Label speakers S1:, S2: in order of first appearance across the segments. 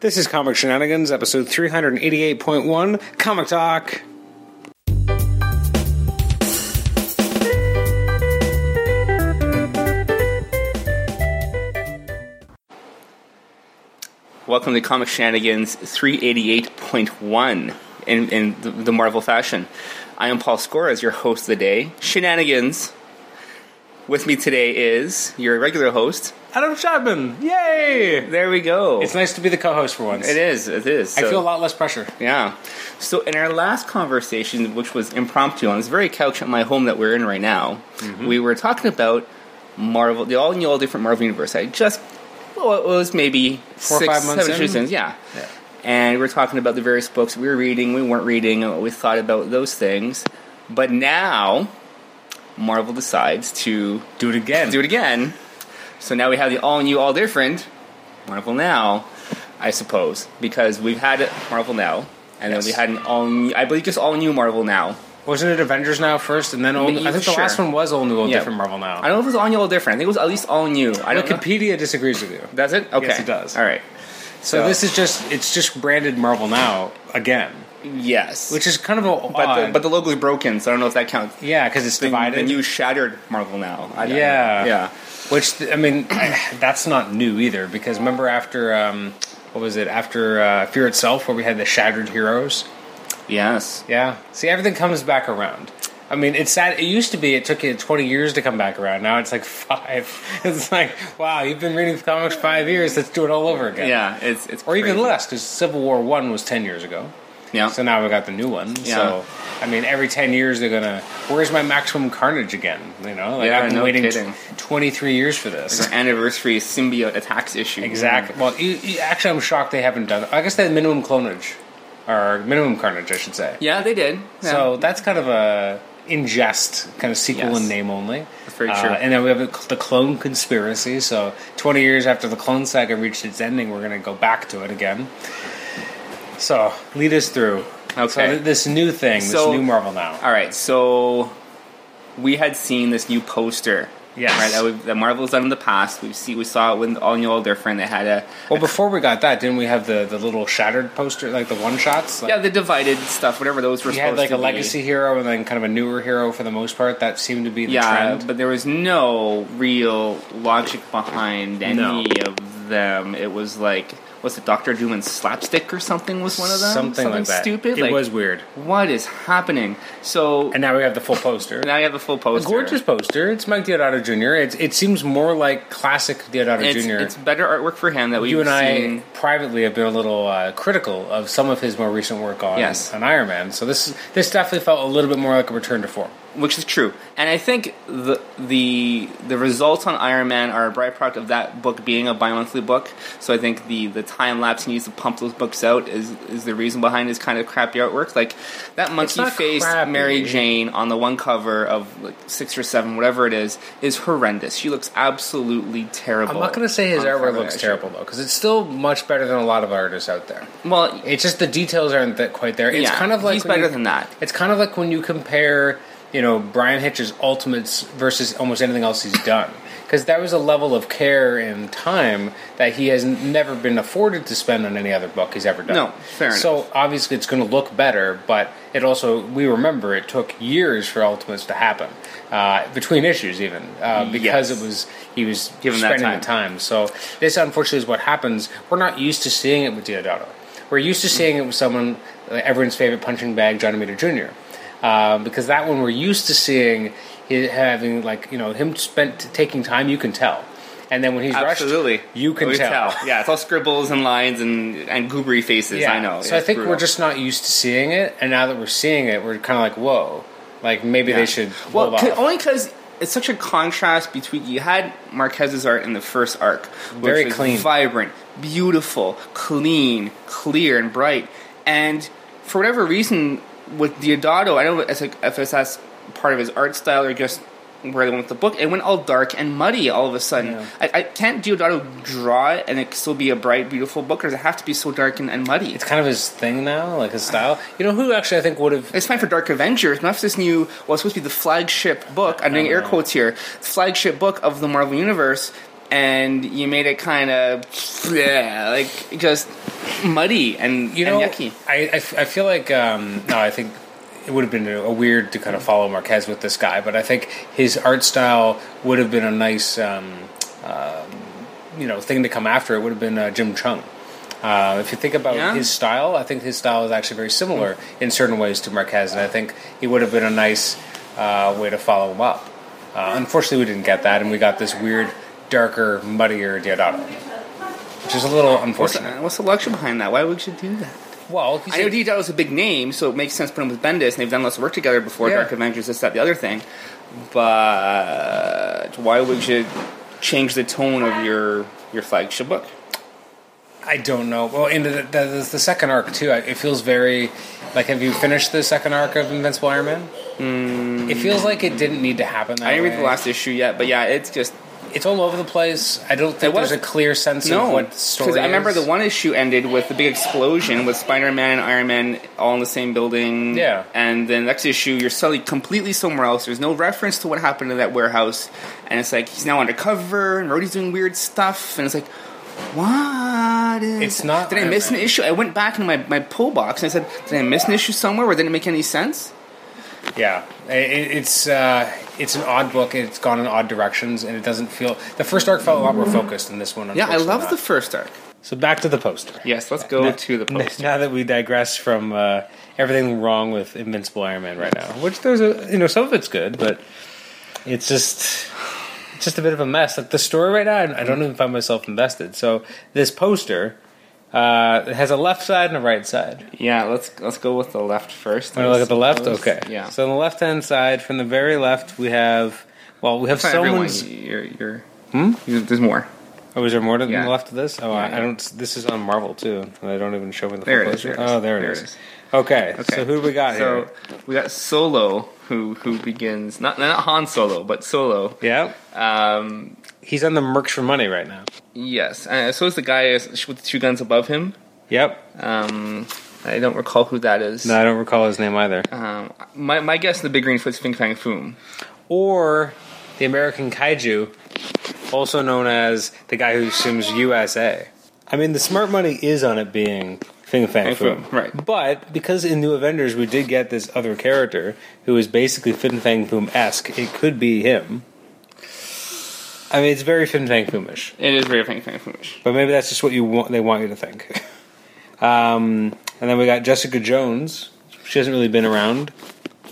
S1: This is Comic Shenanigans, episode 388.1, Comic Talk.
S2: Welcome to Comic Shenanigans 388.1 in, in the, the Marvel fashion. I am Paul Scores, your host of the day, Shenanigans. With me today is your regular host.
S1: Adam Chapman, yay!
S2: There we go.
S1: It's nice to be the co host for once.
S2: it is. It is.
S1: I
S2: So-
S1: feel a lot less pressure.
S2: Yeah. So in our last conversation, which was impromptu on this very couch at my home that we're in right now,
S1: Mm-hmm.
S2: we were talking about Marvel, the all new, all different Marvel universe. I just, well, it was maybe
S1: Four or
S2: six,
S1: five months
S2: seven
S1: in?
S2: issues yeah. And we were talking about the various books we were reading, we weren't reading, and what we thought about those things. But now, Marvel decides to
S1: Do it again.
S2: do it again. So now we have the all new, all different Marvel Now, I suppose, because we've had Marvel Now, and
S1: Yes.
S2: then we had an all new, I believe just all new Marvel Now.
S1: Wasn't it Avengers Now first, and then old, I think the
S2: Sure.
S1: last one was Old New Old
S2: Yeah.
S1: Different Marvel Now.
S2: I don't know if it was all new, all different. I think it was at least all new. I don't know.
S1: Wikipedia disagrees with you.
S2: Does it? Okay.
S1: it does.
S2: All right.
S1: So, this is just it's just branded Marvel Now again,
S2: Yes.
S1: which is kind of a
S2: but, the,
S1: odd.
S2: but the logo's broken, so I don't know if that counts.
S1: yeah, because it's
S2: The,
S1: divided.
S2: the new shattered Marvel Now. I don't
S1: Yeah.
S2: Know. Yeah.
S1: Which th- I mean, that's not new either because remember after um, what was it after uh, Fear Itself where we had the Shattered Heroes.
S2: Yes.
S1: Yeah. See, everything comes back around. I mean, it's sad. It used to be it took you twenty years to come back around. Now it's like five. It's like wow, you've been reading comics five years. Let's do it all over again.
S2: Yeah. It's it's
S1: Or even
S2: crazy.
S1: less because Civil War One was ten years ago.
S2: Yeah.
S1: So now we got the new one.
S2: Yeah.
S1: So I mean, every ten years they're gonna. Where's my Maximum Carnage again? You know, like
S2: Yeah,
S1: I've been
S2: no
S1: waiting
S2: kidding.
S1: twenty three years for this.
S2: anniversary symbiote attacks issue.
S1: Exactly. Well, you, you- actually, I'm shocked they haven't done. I guess they had minimum clonage, or minimum carnage, I should say.
S2: Yeah, they did. Yeah.
S1: So that's kind of a ingest kind of sequel
S2: Yes.
S1: in name only. Uh,
S2: That's very true.
S1: and then we have the- the Clone Conspiracy. So 20 years after the Clone Saga reached its ending, we're going to go back to it again. So lead us through. So
S2: Okay.
S1: th- this new thing,
S2: So-
S1: this new Marvel now.
S2: All right, so we had seen this new poster.
S1: Yes.
S2: Right, that, we've, that Marvel's done in the past. We see we saw it when all new, all different. They had a
S1: Well, before we got that, didn't we have the, the little shattered poster, like the one shots? Like,
S2: yeah, the divided stuff, whatever those were.
S1: You
S2: supposed
S1: had like
S2: to
S1: a
S2: be.
S1: legacy hero and then kind of a newer hero for the most part. That seemed to be the
S2: Yeah,
S1: trend.
S2: but there was no real logic behind any
S1: No.
S2: of them. It was like, was it Doctor Doom and slapstick or something? Was one of them
S1: Something, like that.
S2: Stupid.
S1: It
S2: like,
S1: was weird.
S2: What is happening? So
S1: And now we have the full poster.
S2: now you have a full poster.
S1: gorgeous poster. It's Mike Deodato Jr. It's, it seems more like classic Deodato
S2: It's,
S1: Jr.
S2: it's better artwork for him that we've
S1: you and
S2: seen.
S1: I privately have been a little uh, critical of some of his more recent work on,
S2: Yes.
S1: on Iron Man. So this this definitely felt a little bit more like a return to form.
S2: which is true. And I think the the the results on Iron Man are a byproduct of that book being a bi-monthly book. So I think the the time lapse he needs to pump those books out is is the reason behind his kind of crappy artwork. Like that monkey
S1: not
S2: faced
S1: crappy.
S2: Mary Jane on the one cover of like six or seven, whatever it is, is horrendous. She looks absolutely terrible.
S1: I'm not going to say his
S2: on the cover
S1: artwork
S2: of
S1: looks
S2: that
S1: terrible though, because it's still much better than a lot of artists out there.
S2: issue. Well,
S1: It's just the details aren't that quite there. It's
S2: yeah,
S1: kind of like
S2: he's
S1: when
S2: better
S1: you-
S2: than that.
S1: It's kind of like when you compare, you know, Brian Hitch's Ultimates versus almost anything else he's done. Because that was a level of care and time that he has n- never been afforded to spend on any other book he's ever done.
S2: No, fair
S1: So obviously it's going to look better, but it also, we remember it took years for Ultimates to happen, uh, between issues even, uh, because
S2: Yes.
S1: it was, he was
S2: Given that
S1: spending
S2: time.
S1: the time. So this unfortunately is what happens. We're not used to seeing it with Diodato. We're used to seeing it with someone, like everyone's favorite punching bag, John Romita Jr. Um, because that one we're used to seeing hi- having like you know him spent taking time. You can tell, and then when he's
S2: Absolutely,
S1: rushed, you can
S2: We
S1: tell.
S2: Yeah, it's all scribbles and lines and and goobery faces. I know.
S1: So I
S2: It's
S1: think
S2: brutal.
S1: we're just not used to seeing it, and now that we're seeing it, we're kind of like, whoa, like maybe
S2: Yeah.
S1: they should.
S2: Well,
S1: hold
S2: c-
S1: off.
S2: only because it's such a contrast between you had Marquez's art in the first arc, which
S1: Very
S2: was
S1: clean.
S2: vibrant, beautiful, clean, clear, and bright. And for whatever reason, with Diodato, I don't know if it's like if it's that's part of his art style or just where they went with the book. It went all dark and muddy all of a sudden.
S1: Yeah.
S2: I, I can't Diodato draw it and it still be a bright, beautiful book, or does it have to be so dark and, and muddy?
S1: it's kind of his thing now, like his style. You know who actually I think would have
S2: It's time for Dark Avengers. Not this new, well, it's supposed to be the flagship book. I'm doing air
S1: know.
S2: quotes here. Flagship book of the Marvel Universe, and you made it kind of, yeah, like just muddy and,
S1: you know,
S2: and yucky.
S1: I, I f- I feel like um, no, I think it would have been a, weird to kind of follow Marquez with this guy, but I think his art style would have been a nice, um, um, you know, thing to come after. It would have been uh, Jim Chung. Uh, if you think about
S2: Yeah. Hmm.
S1: his style, I think his style is actually very similar in certain ways to Marquez, and I think he would have been a nice uh, way to follow him up. Uh, unfortunately, we didn't get that, and we got this weird, darker, muddier Diodato, which is a little
S2: What's
S1: unfortunate.
S2: the, what's the luxury behind that? Why would you do that?
S1: Well, he's
S2: I know D was a big name, so it makes sense to put him with Bendis, and they've done less work together before
S1: Yeah.
S2: Dark Avengers, this, that, the other thing. But why would you change the tone of your your flagship book?
S1: I don't know. Well, in the, the, the, the second arc too, I- it feels very like. Have you finished the second arc of Invincible Iron Man? It feels like it didn't need to happen. That
S2: Mm. I didn't read the
S1: way.
S2: last issue yet, but yeah, it's just
S1: It's all over the place. I don't think
S2: It was-
S1: there's a clear sense
S2: no.
S1: of what
S2: 'Cause
S1: story.
S2: I remember
S1: is.
S2: the one issue ended with the big explosion with Spider Man and Iron Man all in the same building.
S1: Yeah.
S2: and then next issue you're suddenly completely somewhere else. There's no reference to what happened to that warehouse, and it's like he's now undercover and Rhodey's doing weird stuff, and it's like. What is
S1: It's not
S2: Did I
S1: Iron
S2: miss an
S1: Man.
S2: issue? I went back into my, my pull box and I said, Did I miss an issue somewhere where it didn't make any sense?
S1: Yeah, I- it, it's uh, it's an odd book. It's gone in odd directions, and it doesn't feel. The first arc felt a lot more focused than this one.
S2: Yeah, I love
S1: unfortunately
S2: the first arc.
S1: not. so back to the poster.
S2: Yes, let's go to the post.
S1: Now that we digress from uh, everything wrong with Invincible Iron Man right now, which there's a you know some of it's good, but it's just it's just a bit of a mess. Like the story right now, I don't even find myself invested. So this poster uh, it has a left side and a right side.
S2: Yeah, let's let's go with the left first.
S1: Want to
S2: I
S1: look at the left?
S2: suppose.
S1: Okay.
S2: Yeah.
S1: So on the left hand side, from the very left, we have well, we have
S2: Sorry, everyone,
S1: someone's. Hmm?
S2: You're, you're, You- There's more.
S1: Oh, is there more to
S2: Yeah.
S1: the left of this? Oh, I,
S2: Yeah,
S1: I don't. This is on Marvel too, and I don't even show me the
S2: There
S1: full
S2: it is,
S1: poster.
S2: there it
S1: Oh,
S2: is,
S1: there, it is. Okay,
S2: Okay.
S1: So who do we got
S2: So
S1: here?
S2: we got Solo, who who begins not not Han Solo, but Solo.
S1: Yeah.
S2: Um,
S1: He's on the mercs for money right now.
S2: yes, and I suppose the guy is with the two guns above him.
S1: Yep.
S2: Um, I don't recall who that is.
S1: No, I don't recall his name either.
S2: Um, my my guess, the big green foot's Fing Fang Foom.
S1: Or the American Kaiju, also known as the guy who assumes USA. I mean, the smart money is on it being Fing Fang
S2: Fang
S1: Foom.
S2: Foom, right.
S1: But because in New Avengers we did get this other character who is basically Fin Fang Foom esque, it could be him. I mean, it's very Fin Fang Foomish.
S2: It is very Fing Fang Foomish.
S1: But maybe that's just what you want. They want you to think. um, and then we got Jessica Jones. She hasn't really been around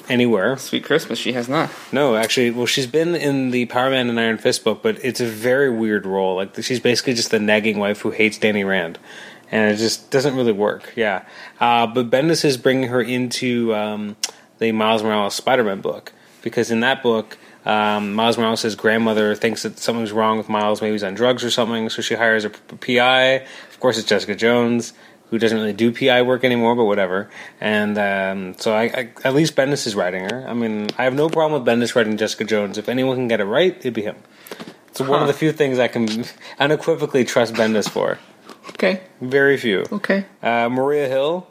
S1: anywhere.
S2: Sweet Christmas, she has not.
S1: No, actually, well, she's been in the Power Man and Iron Fist book, but it's a very weird role. Like she's basically just the nagging wife who hates Danny Rand, and it just doesn't really work. Yeah, uh, but Bendis is bringing her into um, the Miles Morales Spider Man book because in that book. Um, Miles Morales' grandmother thinks that something's wrong with Miles. Maybe he's on drugs or something, so she hires a p- PI. Of course, it's Jessica Jones, who doesn't really do PI work anymore, but whatever. And um, so I, I, at least Bendis is writing her. I mean, I have no problem with Bendis writing Jessica Jones. If anyone can get it right, it'd be him. It's one of the few things I can unequivocally trust Bendis for.
S2: Okay,
S1: Very few.
S2: okay.
S1: Uh, Maria Hill.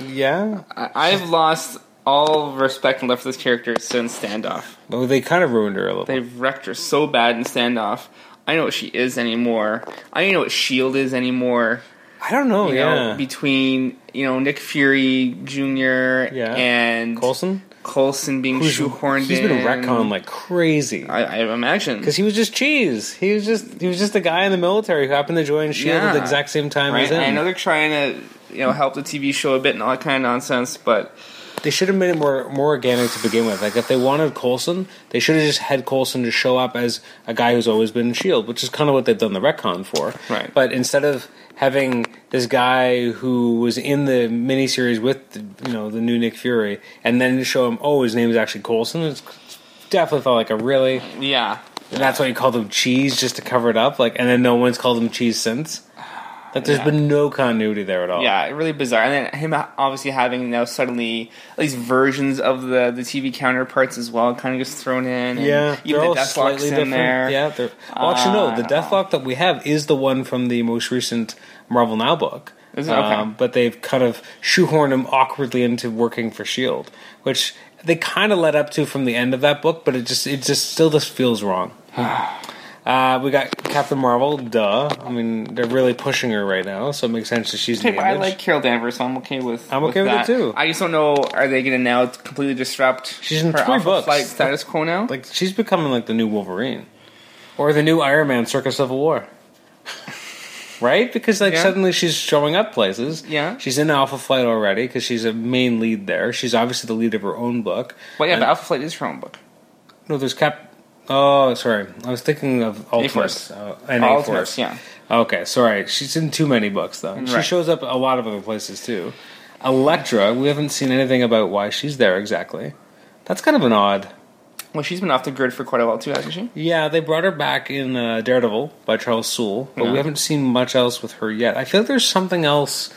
S1: Yeah.
S2: I, I've lost all respect and love for this character since Standoff.
S1: Well, they kind of ruined her a little.
S2: They wrecked her so bad in standoff. I know what she is anymore. I know what Shield is anymore.
S1: I don't know.
S2: You
S1: Oh, yeah.
S2: know, between you know Nick Fury Jr.
S1: Yeah.
S2: and
S1: Coulson?
S2: Coulson being
S1: Who's-
S2: shoehorned
S1: He's
S2: in.
S1: been retconned like crazy.
S2: I, I imagine
S1: because he was just cheese. He was just he was just a guy in the military who happened to join Shield E at the
S2: Yeah.
S1: exact same time
S2: right?
S1: as him.
S2: I know they're trying to you know help the TV show a bit and all that kind of nonsense, but
S1: They should have made it more more organic to begin with. Like if they wanted Colson, they should have just had Colson to show up as a guy who's always been in Shield, E which is kind of what they've done the retcon for.
S2: Right.
S1: But instead of having this guy who was in the miniseries with the, you know the new Nick Fury, and then show him, oh, his name is actually Colson. It's definitely felt like a really.
S2: yeah,
S1: And that's why you called him Cheese just to cover it up. Like, and then no one's called him Cheese since. Like, there's
S2: Yeah.
S1: been no continuity there at all.
S2: Yeah, really bizarre. And then him obviously having now suddenly these versions of the, the TV counterparts as well, kind of gets thrown in. And
S1: Yeah,
S2: even the Deathlock's in there. Uh.
S1: Yeah, they're, well, actually,
S2: I
S1: no. The
S2: don't know.
S1: Deathlock that we have is the one from the most recent Marvel Now book. Um,
S2: Is it? Okay.
S1: but they've kind of shoehorned him awkwardly into working for Shield, E which they kind of led up to from the end of that book, but it just it just still just feels wrong. Uh, we got Captain Marvel, duh. I mean, they're really pushing her right now, so it makes sense that she's
S2: Okay,
S1: in the
S2: but I
S1: image.
S2: like Carol Danvers, so I'm okay with.
S1: I'm okay with it
S2: that.
S1: too.
S2: I just don't know. Are they going to now completely disrupt?
S1: She's in
S2: her
S1: three
S2: Alpha
S1: books.
S2: Flight status quo now.
S1: Like she's becoming like the new Wolverine, or the new Iron Man, circa Civil War. right? Because like
S2: Yeah.
S1: suddenly she's showing up places.
S2: Yeah.
S1: she's in Alpha Flight already because she's a main lead there. She's obviously the lead of her own book.
S2: well, yeah,
S1: And-
S2: but Alpha Flight is her own book.
S1: No, there's Cap. Oh, sorry, I was thinking of Ultimates
S2: A-Force.
S1: uh, and A
S2: Ultimates,
S1: Force.
S2: yeah.
S1: Okay, sorry. She's in too many books though. She
S2: Right.
S1: shows up a lot of other places too. Elektra, we haven't seen anything about why she's there exactly. That's kind of an odd.
S2: Well, she's been off the grid for quite a while too, hasn't she?
S1: Yeah, they brought her back in uh, Daredevil by Charles Soule, but we
S2: Yeah.
S1: haven't seen much else with her yet. I feel like there's something else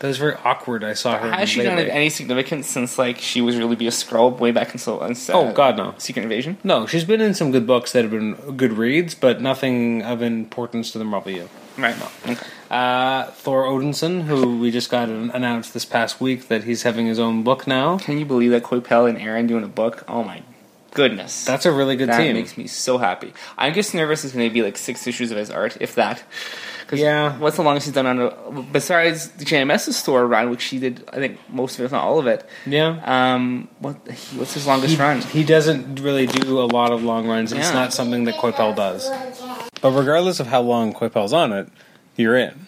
S1: that was very awkward. I saw her.
S2: Has she done
S1: lately.
S2: any significance since like she was really be a scroll way back in so? in, uh,
S1: Oh God, no.
S2: Secret Invasion.
S1: No, she's been in some good books that have been good reads, but nothing of importance to the Marvel U.
S2: Right. Okay.
S1: Uh, Thor Odinson, who we just got an- announced this past week that he's having his own book now.
S2: Can you believe that Coypel and Aaron doing a book? Oh my goodness.
S1: That's a really good
S2: that
S1: team.
S2: makes me so happy. I'm just nervous it's going to be like six issues of his art, if that. 'Cause
S1: Yeah.
S2: What's the longest he's done on a, besides the JMS's store run, which she did, I think most of it, if not all of it.
S1: yeah.
S2: Um, what what's his longest
S1: He,
S2: run?
S1: he doesn't really do a lot of long runs. It's
S2: Yeah.
S1: not something that Coipel does. But regardless of how long Coipel's on it, you're in.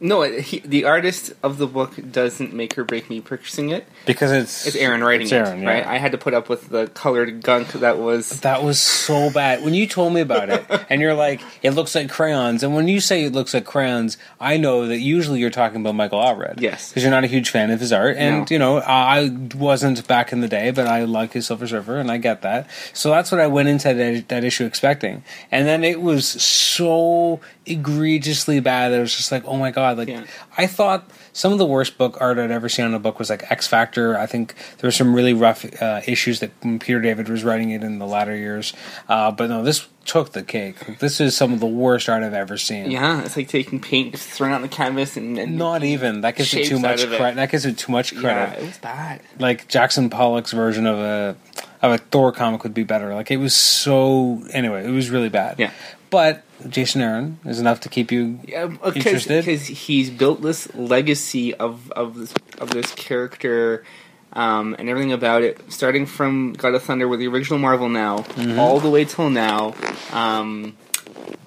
S2: No, he, the artist of the book doesn't make her break me purchasing it.
S1: Because it's
S2: It's Aaron writing
S1: it's Aaron,
S2: it,
S1: yeah.
S2: right? I had to put up with the colored gunk that was.
S1: That was so bad. When you told me about it, and you're like, it looks like crayons. And when you say it looks like crayons, I know that usually you're talking about Michael Allred.
S2: Yes.
S1: Because you're not a huge fan of his art. And,
S2: No.
S1: you know, I I wasn't back in the day, but I like his Silver Surfer, and I get that. So that's what I went into that, that issue expecting. And then it was so egregiously bad. It was just like, oh my God. Like,
S2: Yeah.
S1: I thought some of the worst book art I'd ever seen on a book was like X Factor. I think there were some really rough uh, issues that when Peter David was writing it in the latter years. Uh, but no, this took the cake. Like, this is some of the worst art I've ever seen.
S2: Yeah, it's like taking paint, just throwing it on the canvas, and, and
S1: Not even that gives it
S2: Shapes
S1: too much
S2: out of it.
S1: credit. That gives it too much
S2: yeah,
S1: credit.
S2: it was bad.
S1: Like Jackson Pollock's version of a of a Thor comic would be better. Like it was so anyway, it was really bad.
S2: Yeah.
S1: But Jason Aaron is enough to keep you
S2: because
S1: Interested?
S2: because uh, he's built this legacy of of this of this character um, and everything about it, starting from God of Thunder with the original Marvel now,
S1: Mm-hmm.
S2: all the way till now. Um,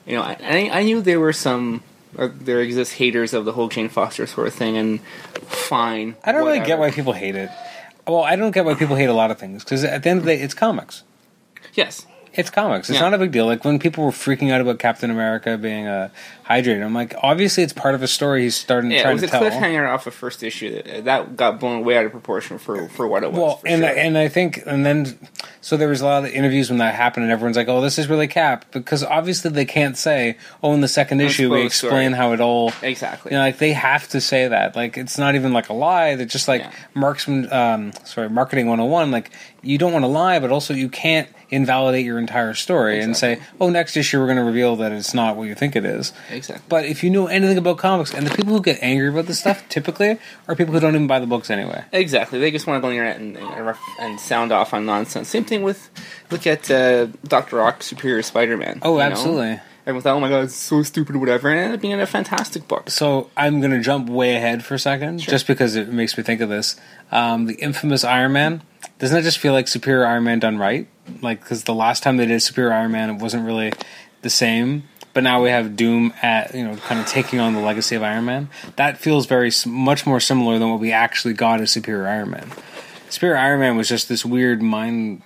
S2: you know, I, I I knew there were some or there exist haters of the whole Jane Foster sort of thing, and fine.
S1: I don't really get
S2: whatever.
S1: why people hate it. Well, I don't get why people hate a lot of things because at the end of the day, it's comics.
S2: Yes,
S1: It's comics. It's
S2: Yeah.
S1: not a big deal. Like when people were freaking out about Captain America being a hydrator, I'm like, obviously, it's part of a story he's starting to
S2: yeah,
S1: try
S2: it was
S1: to
S2: a
S1: tell.
S2: cliffhanger off of first issue that, that got blown way out of proportion for for what it was.
S1: Well,
S2: for
S1: and
S2: sure.
S1: I, and I think and then so there was a lot of interviews when that happened, and everyone's like, "Oh, this is really Cap," because obviously they can't say, "Oh, in the second issue we
S2: spoil the
S1: explain
S2: story.
S1: how it all."
S2: exactly.
S1: You know, like they have to say that. Like it's not even like a lie. They're just like
S2: Yeah.
S1: marksman. Um, sorry, marketing one hundred and one. Like you don't want to lie, but also you can't invalidate your entire story and say, "Oh, next issue we're going to reveal that it's not what you think it is."
S2: Exactly.
S1: But if you know anything about comics, and the people who get angry about this stuff typically are people who don't even buy the books anyway.
S2: Exactly. They just want to go on the internet and, and, ref- and sound off on nonsense. Same thing with look at uh, Doctor Rock, Superior Spider-Man.
S1: Oh,
S2: you know?
S1: absolutely.
S2: Everyone thought, oh my god, it's so stupid, or whatever, and it ended up being a fantastic book.
S1: So I'm going to jump way ahead for a second, just because it makes me think of this. Um, the infamous Iron Man. Doesn't it just feel like Superior Iron Man done right? Like, because the last time they did Superior Iron Man, it wasn't really the same. But now we have Doom at you know kind of taking on the legacy of Iron Man. That feels very s- much more similar than what we actually got as Superior Iron Man. Superior Iron Man was just this weird mind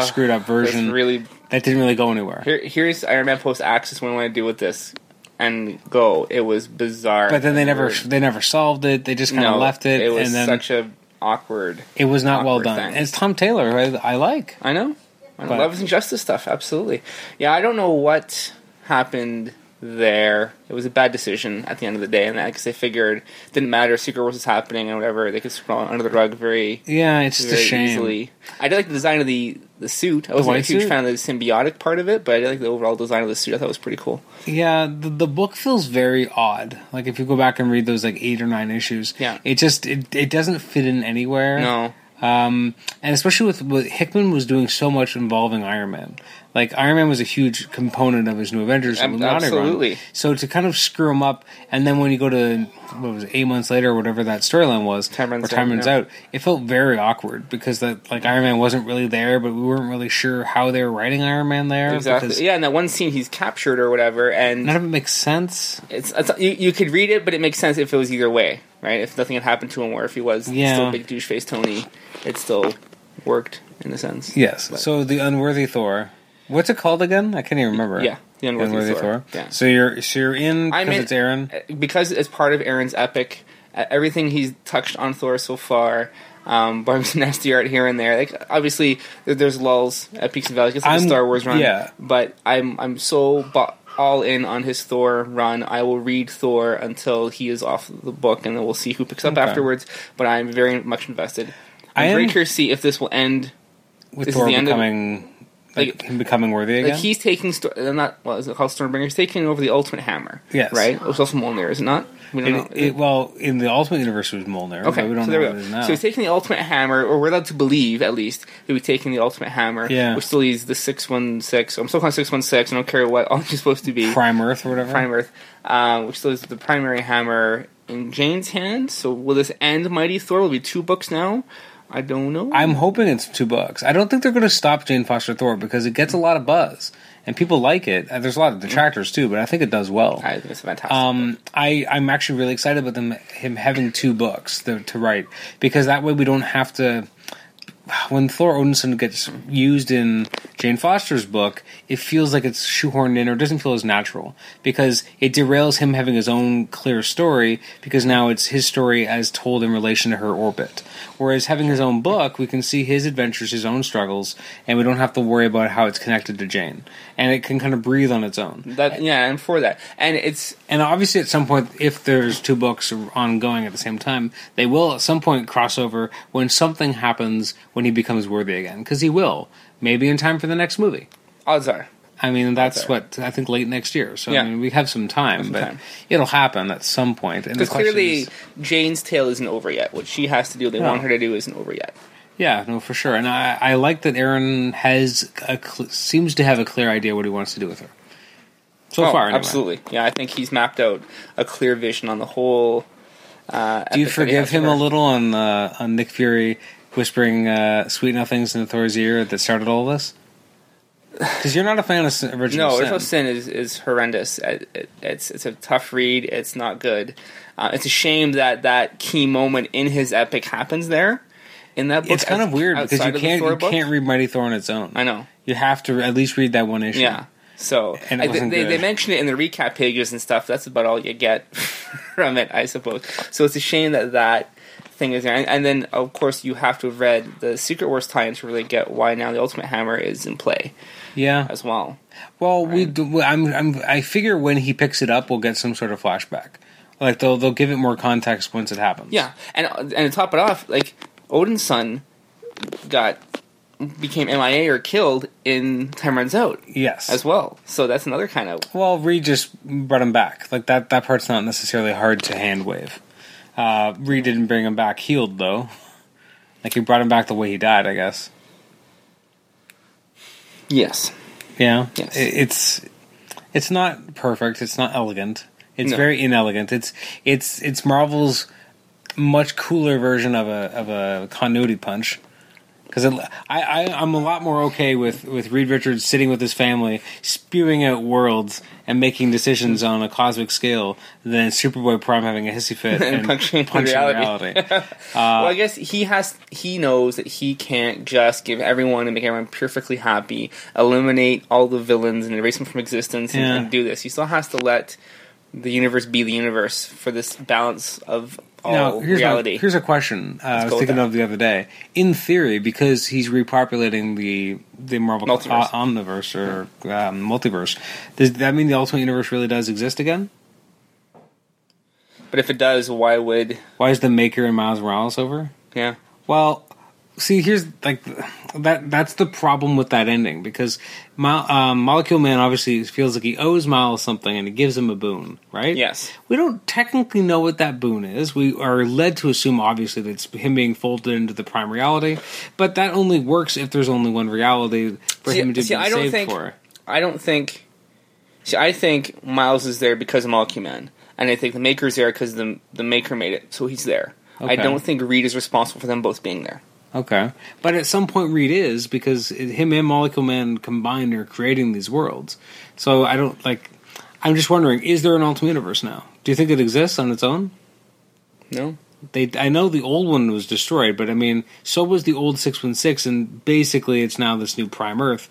S1: screwed up version
S2: It's really.
S1: that didn't really go anywhere.
S2: Uh, Here, here's Iron Man post Axis. What do I want to do with this? And go. It was bizarre.
S1: But then they never
S2: Weird.
S1: they never solved it. They just kind of
S2: no,
S1: left it.
S2: It was
S1: and then,
S2: such a awkward.
S1: It was not well
S2: awkward
S1: done.
S2: thing.
S1: And It's Tom Taylor, who I, I like.
S2: I know. I
S1: But-
S2: know. Love is injustice stuff. Absolutely. Yeah, I don't know what happened there. It was a bad decision at the end of the day, and I guess they figured it didn't matter. Secret Wars was happening and whatever. They could scroll under the rug very,
S1: Yeah, it's just
S2: very
S1: a shame.
S2: easily. I did like the design of the the suit. I wasn't a
S1: white
S2: huge
S1: suit?
S2: fan of the symbiotic part of it, but I did like the overall design of the suit. I thought it was pretty cool.
S1: Yeah, the, the book feels very odd. Like if you go back and read those like eight or nine issues,
S2: Yeah.
S1: it just it, it doesn't fit in anywhere.
S2: No.
S1: Um, and especially with, with Hickman was doing so much involving Iron Man. Like Iron Man was a huge component of his New Avengers
S2: Ab-
S1: Illuminati run.
S2: absolutely.
S1: So to kind of screw him up, and then when you go to what was it, eight months later or whatever that storyline was,
S2: Time runs
S1: where time
S2: out,
S1: runs
S2: yeah.
S1: out, it felt very awkward because that like Iron Man wasn't really there, but we weren't really sure how they were writing Iron Man there. because
S2: Exactly. Yeah, and that one scene he's captured or whatever,
S1: None
S2: and
S1: of it makes sense.
S2: it's, it's you, you could read it, but it makes sense if it was either way, right? If nothing had happened to him, or if he was
S1: Yeah.
S2: still big douche face Tony, it still worked in a sense.
S1: Yes.
S2: But-
S1: So the unworthy Thor. What's it called again? I can't even remember.
S2: Yeah, The Unworthy Thor. Yeah.
S1: So you're so you're in
S2: I'm
S1: because
S2: in-
S1: it's Aaron.
S2: because it's part of Aaron's epic, uh, everything he's touched on Thor so far, um, bumps and nasty art here and there. Like obviously, there- there's lulls at peaks and valleys. It's like a
S1: I'm-
S2: Star Wars run,
S1: yeah.
S2: But I'm I'm so bo- all in on his Thor run. I will read Thor until he is off the book, and then we'll see who picks up
S1: Okay.
S2: afterwards. But I'm very much invested.
S1: I
S2: I'm
S1: am-
S2: very curious to see if this will end
S1: with
S2: This is
S1: Thor
S2: the end of-
S1: becoming like,
S2: like-
S1: him becoming worthy again.
S2: Like he's taking, Sto- uh, not what is it called, Stormbringer? He's taking over the Ultimate Hammer.
S1: Yes.
S2: right. It was also Mjolnir, is it not? We
S1: It-
S2: don't know.
S1: it- well, in the Ultimate Universe, it was Mjolnir.
S2: Okay,
S1: but we don't know
S2: so there we
S1: what it
S2: go.
S1: is now.
S2: So he's taking the ultimate hammer, or we're allowed to believe, at least, that he's taking the ultimate hammer,
S1: Yeah.
S2: which still leaves the 616. I'm still calling it 616, I don't care what all he's supposed to be.
S1: Prime Earth or whatever.
S2: Prime Earth, uh, which still leaves the primary hammer in Jane's hand. So will this end Mighty Thor? Will it be two books now? I don't know.
S1: I'm hoping it's two books. I don't think they're going to stop Jane Foster Thor because it gets a lot of buzz and people like it. And there's a lot of detractors too, but I think it does well.
S2: I think it's fantastic.
S1: Um, I I'm actually really excited about them him having two books to, to write because that way we don't have to. When Thor Odinson gets used in Jane Foster's book, it feels like it's shoehorned in or doesn't feel as natural because it derails him having his own clear story because now it's his story as told in relation to her orbit. Whereas having his own book, we can see his adventures, his own struggles, and we don't have to worry about how it's connected to Jane. And it can kind of breathe on its own.
S2: that, yeah, I'm for that. And it's
S1: And obviously, at some point, if there's two books ongoing at the same time, they will at some point cross over when something happens when he becomes worthy again. Because he will, maybe in time for the next movie.
S2: odds are.
S1: I mean, that's
S2: Okay.
S1: what I think late next year. So
S2: Yeah.
S1: I mean, we have some time, but
S2: time.
S1: it'll happen at some point. And the
S2: Because
S1: question
S2: clearly,
S1: is-
S2: Jane's tale isn't over yet. What she has to do, they
S1: No.
S2: want her to do, isn't over yet.
S1: yeah, no, for sure. And I, I like that Aaron has a cl- seems to have a clear idea what he wants to do with her. So
S2: Oh,
S1: far, anyway.
S2: absolutely. Yeah, I think he's mapped out a clear vision on the whole.
S1: Do you
S2: Uh, epic that he
S1: forgive
S2: has
S1: him
S2: for-
S1: a little on uh, on Nick Fury whispering uh, sweet nothings in Thor's ear that started all this? Because you're not a fan of Sin- original
S2: No,
S1: sin.
S2: Original Sin is, is horrendous. It- it- It's it's a tough read. It's not good. Uh, it's a shame that that key moment in his epic happens there. In that book,
S1: It's kind of weird because
S2: outside
S1: you
S2: of the
S1: can't
S2: Thor
S1: you
S2: book.
S1: can't read Mighty Thor on its own.
S2: I know.
S1: You have to at least read that one issue.
S2: Yeah. So
S1: And it
S2: I- they,
S1: wasn't
S2: they,
S1: good.
S2: they mention it in the recap pages and stuff. That's about all you get from it, I suppose. So it's a shame that that thing is there. And, and then, of course, you have to have read the Secret Wars tie-in to really get why now the Ultimate Hammer is in play
S1: yeah.
S2: as well.
S1: Well, we do, well, I'm, I'm I figure when he picks it up, we'll get some sort of flashback. Like they'll they'll give it more context once it happens.
S2: Yeah, and and to top it off, like Odin's son got became MIA or killed in Time Runs Out
S1: Yes.
S2: as well. So that's another kind of
S1: Well, Reed just brought him back. Like that. That part's not necessarily hard to hand wave. Uh, Reed didn't bring him back healed though. Like he brought him back the way he died, I guess.
S2: yes.
S1: Yeah.
S2: Yes.
S1: It- it's it's not perfect. It's not elegant. It's
S2: No.
S1: very inelegant. It's it's it's Marvel's much cooler version of a of a continuity punch. Because I, I I'm a lot more okay with with Reed Richards sitting with his family, spewing out worlds and making decisions on a cosmic scale than Superboy Prime having a hissy fit
S2: And punching reality.
S1: Uh,
S2: well, I guess he has he knows that he can't just give everyone and make everyone perfectly happy, eliminate all the villains and erase them from existence and,
S1: Yeah.
S2: and do this. He still has to let the universe be the universe for this balance of all
S1: Now, here's my-
S2: Oh, reality.
S1: here's a question uh, I was
S2: go with
S1: thinking
S2: that.
S1: of the other day. In theory, because he's repopulating the the Marvel
S2: Multiverse.
S1: o- omniverse or um, multiverse, does that mean the Ultimate Universe really does exist again?
S2: but if it does, why would
S1: Why is the Maker and Miles Morales over?
S2: yeah?
S1: Well, see here's like that that's the problem with that ending because Mol- um, molecule man obviously feels like he owes miles something and he gives him a boon right
S2: Yes.
S1: we don't technically know what that boon is we are led to assume obviously that it's him being folded into the prime reality but that only works if there's only one reality for him to be
S2: I don't
S1: saved
S2: think,
S1: for
S2: I don't think. See, I think Miles is there because of Molecule Man, and I think the Maker's there because the the Maker made it, so he's there. I
S1: Okay.
S2: don't think Reed is responsible for them both being there.
S1: okay but at some point reed is because it, him and molecule man combined are creating these worlds so i don't like i'm just wondering is there an ultimate universe now do you think it exists on its own
S2: No.
S1: They, I know the old one was destroyed, but I mean, so was the old six one six, and basically, it's now this new Prime Earth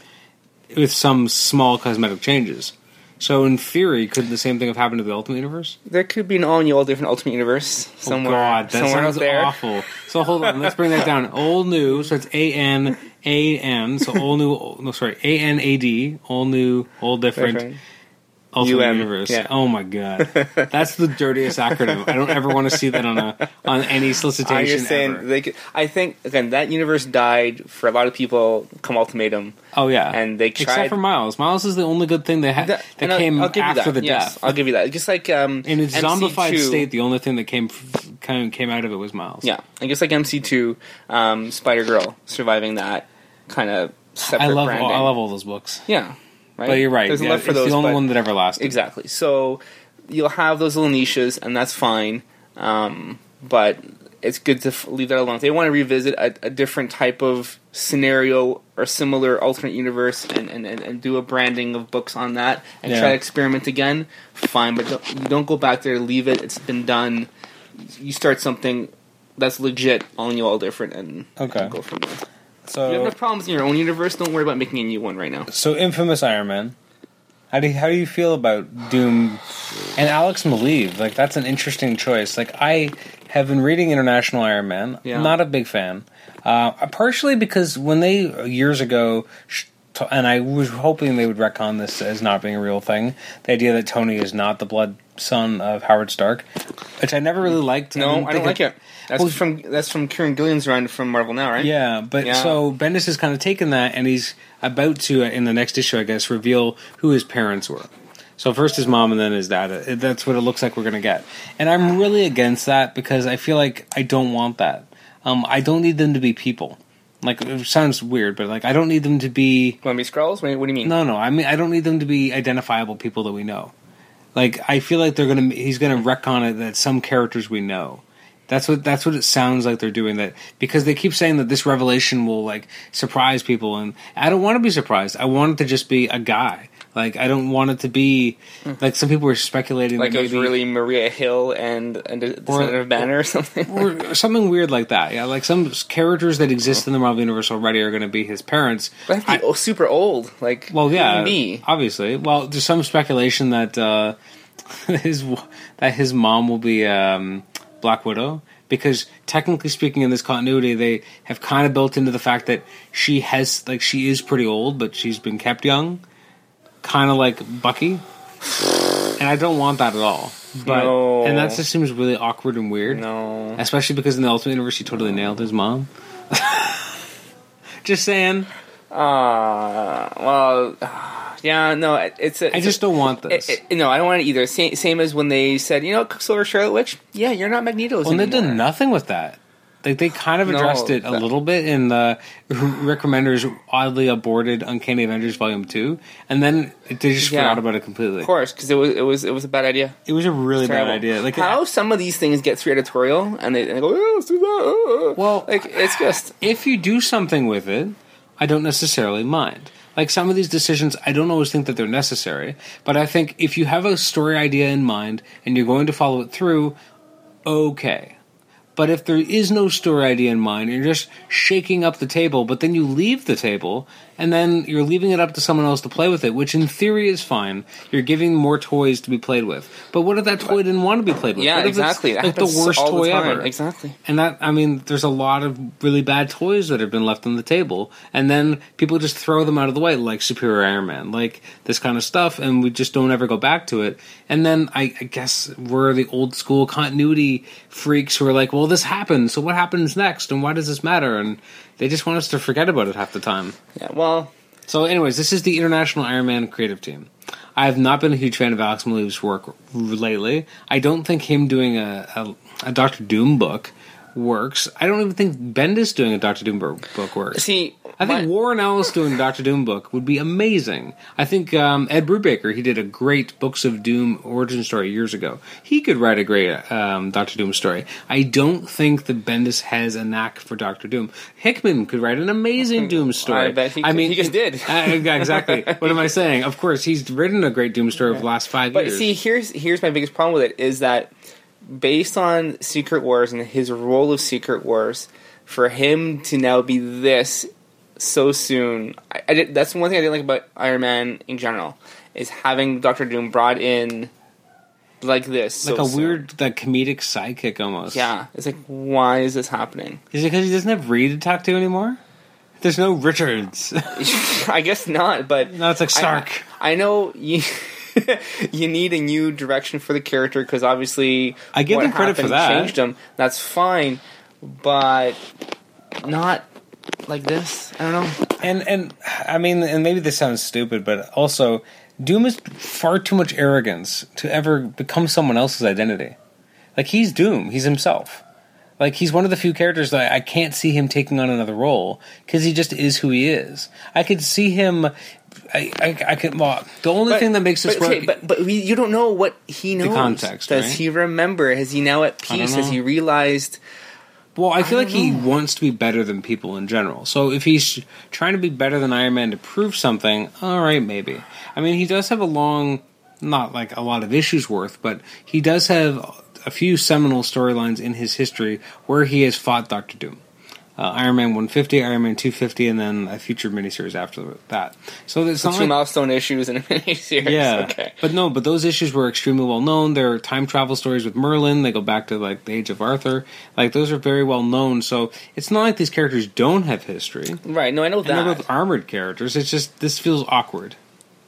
S1: with some small cosmetic changes. So, in theory, couldn't the same thing have happened to the Ultimate Universe?
S2: There could be an all new, all different Ultimate Universe somewhere.
S1: oh God, that
S2: somewhere
S1: sounds
S2: out there.
S1: awful. So hold on, let's bring that down. Old new, so it's A N A N, so all new. No, sorry, A N A D, all new, all different.
S2: Different.
S1: Ultimate
S2: UM,
S1: Universe.
S2: yeah.
S1: Oh my god, that's the dirtiest acronym. I don't ever want to see that on a on
S2: Oh,
S1: any
S2: I
S1: solicitation. ever.
S2: understand. They could, I think again that universe died for a lot of people. Come Ultimatum.
S1: Oh yeah,
S2: And they tried-
S1: except for Miles. Miles is the only good thing they had that,
S2: and I'll-
S1: came
S2: I'll give you
S1: after
S2: that.
S1: the
S2: Yes,
S1: death.
S2: I'll give you that. Just like um,
S1: In its zombified
S2: MC2
S1: state, the only thing that came f- kind of came out of it was Miles.
S2: Yeah, I guess like MC2, um, Spider Girl surviving that kind of separate
S1: I love all,
S2: branding.
S1: I love all those books.
S2: yeah, right.
S1: But you're right.
S2: There's a
S1: yeah,
S2: love for
S1: it's
S2: those.
S1: the only
S2: but-
S1: one that ever lasted.
S2: exactly. So you'll have those little niches, and that's fine. Um, but it's good to f- leave that alone. If they want to revisit a, a different type of scenario or similar alternate universe, and, and, and, and do a branding of books on that, and
S1: Yeah.
S2: try to experiment again. Fine, but don't, you don't go back there. Leave it. It's been done. You start something that's legit, all new, all different, and
S1: Okay.
S2: and go from there. If you have
S1: So,
S2: enough problems in your own universe. Don't worry about making a new one right now.
S1: so infamous Iron Man. How do you, how do you feel about Doom and Alex Maleev? Like that's an interesting choice. Like I have been reading International Iron Man.
S2: Yeah.
S1: Not a big fan. Uh, partially because when they years ago, sh- t- and I was hoping they would retcon this as not being a real thing. The idea that Tony is not the blood son of Howard Stark, which I never really liked.
S2: No,
S1: didn't
S2: I don't
S1: think
S2: like it. That's
S1: Well,
S2: from that's from Kieran Gillian's run from Marvel Now, right?
S1: Yeah, but
S2: Yeah.
S1: so Bendis has kind of taken that, and he's about to uh, in the next issue, I guess, reveal who his parents were. So first his mom, and then his dad. Uh, That's what it looks like we're gonna get. And I'm really against that because I feel like I don't want that. Um, I don't need them to be people. Like it sounds weird, but like I don't need them to be.
S2: Want to be Skrulls? Wait, What do you mean?
S1: No, no. I mean, I don't need them to be identifiable people that we know. Like, I feel like they're gonna. He's gonna retcon it that some characters we know. That's what. That's what it sounds like they're doing. That because they keep saying that this revelation will like surprise people, and I don't want to be surprised. I want it to just be a guy. Like, I don't want it to be like some people were speculating
S2: Like
S1: that
S2: it was
S1: maybe-
S2: really Maria Hill and and the
S1: Or-
S2: Descendant of Banner or something.
S1: or something weird like that. Yeah, like some characters that exist
S2: Hmm.
S1: in the Marvel universe already are going to be his parents.
S2: But I have to be o- super old. Like
S1: Well, yeah,
S2: me.
S1: obviously. Well, there's some speculation that uh, his that his mom will be um, Black Widow because technically speaking, in this continuity, they have kind of built into the fact that she has like she is pretty old, but she's been kept young, kind of like Bucky. And I don't want that at all. But
S2: No.
S1: and that just seems really awkward and weird.
S2: No,
S1: Especially because in the Ultimate Universe, he totally nailed his mom. just saying.
S2: uh, well, ah, yeah, no. it- It's a,
S1: I just don't want this.
S2: It, it, no, I don't want it either. Same, same as when they said, you know, Quicksilver, Charlotte Witch. Yeah, you're not Magneto's.
S1: Well, and they've
S2: anymore.
S1: done nothing with that. Like they kind of
S2: No,
S1: addressed it a
S2: that-
S1: little bit in the Rick Remender's oddly aborted Uncanny Avengers Volume Two, and then they just
S2: Yeah.
S1: forgot about it completely.
S2: Of course, because it was it was it was a bad idea.
S1: It was a really bad
S2: Terrible.
S1: idea. Like
S2: how some of these things get through editorial and they, and they go, oh, let's do that. oh, oh."
S1: Well,
S2: like it's just
S1: if you do something with it, I don't necessarily mind. Like some of these decisions, I don't always think that they're necessary, but I think if you have a story idea in mind and you're going to follow it through, okay. But if there is no story idea in mind, and you're just shaking up the table, but then you leave the table, and then you're leaving it up to someone else to play with it, which in theory is fine. You're giving more toys to be played with. But what if that toy didn't want to be played with?
S2: yeah,
S1: What if it's,
S2: exactly. That
S1: Like the
S2: happens
S1: worst
S2: all
S1: toy
S2: the time.
S1: ever.
S2: Exactly.
S1: And that, I mean, there's a lot of really bad toys that have been left on the table, and then people just throw them out of the way, like Superior Iron Man, like this kind of stuff, and we just don't ever go back to it. And then I, I guess we're the old school continuity freaks who are like, well, this happened, so what happens next, and why does this matter? And they just want us to forget about it half the time.
S2: Yeah, well,
S1: So, anyways, this is the International Iron Man creative team. I have not been a huge fan of Alex Malouf's work lately. I don't think him doing a, a, a Doctor Doom book works. I don't even think Bendis doing a Doctor Doom bo- book works.
S2: see,
S1: I think
S2: my-
S1: Warren Ellis doing a Doctor Doom book would be amazing. I think um, Ed Brubaker, he did a great Books of Doom origin story years ago. He could write a great um, Doctor Doom story. I don't think that Bendis has a knack for Doctor Doom. Hickman could write an amazing Doom story.
S2: I bet he could- he just did.
S1: Uh, yeah, exactly. What am I saying? Of course, he's written a great Doom story over the last five
S2: But
S1: years.
S2: see, here's here's my biggest problem with it is that based on Secret Wars and his role of Secret Wars, for him to now be this so soon, I, I did, that's one thing I didn't like about Iron Man in general is having Doctor Doom brought in like this, so
S1: like a
S2: soon.
S1: weird, like comedic sidekick almost.
S2: yeah. It's like, why is this happening?
S1: Is it because he doesn't have Reed to talk to anymore? There's no Richards.
S2: I guess not, but
S1: now it's like
S2: I-
S1: Stark.
S2: I, know you. you need a new direction for the character because obviously
S1: I give
S2: what
S1: them credit for
S2: happened
S1: that.
S2: Changed them. That's fine, but not like this. I don't know.
S1: and and I mean, and maybe this sounds stupid, but also Doom is far too much arrogance to ever become someone else's identity. Like he's Doom, he's himself. Like he's one of the few characters that I can't see him taking on another role because he just is who he is. I could see him. I I, I could. Well, the only thing that makes this
S2: but, okay,
S1: work.
S2: but but we, you don't know what he knows.
S1: context,
S2: Does
S1: right?
S2: he remember? Is he now at peace? Has
S1: know.
S2: he realized?
S1: Well, I feel
S2: I
S1: like
S2: don't
S1: he wants to be better than people in general. So if he's trying to be better than Iron Man to prove something, all right, maybe. I mean, he does have a long, not like a lot of issues worth, but he does have a few seminal storylines in his history where he has fought Doctor Doom. Uh, Iron Man 150, Iron Man 250, and then a future miniseries after that. So it's not
S2: Two
S1: like-
S2: milestone issues in a miniseries.
S1: yeah.
S2: Okay.
S1: But no, but those issues were extremely well known. There are time travel stories with Merlin. They go back to like the Age of Arthur. Like those are very well known. So it's not like these characters don't have history.
S2: Right. No, I know
S1: And
S2: that.
S1: they're both armored characters. It's just this feels awkward.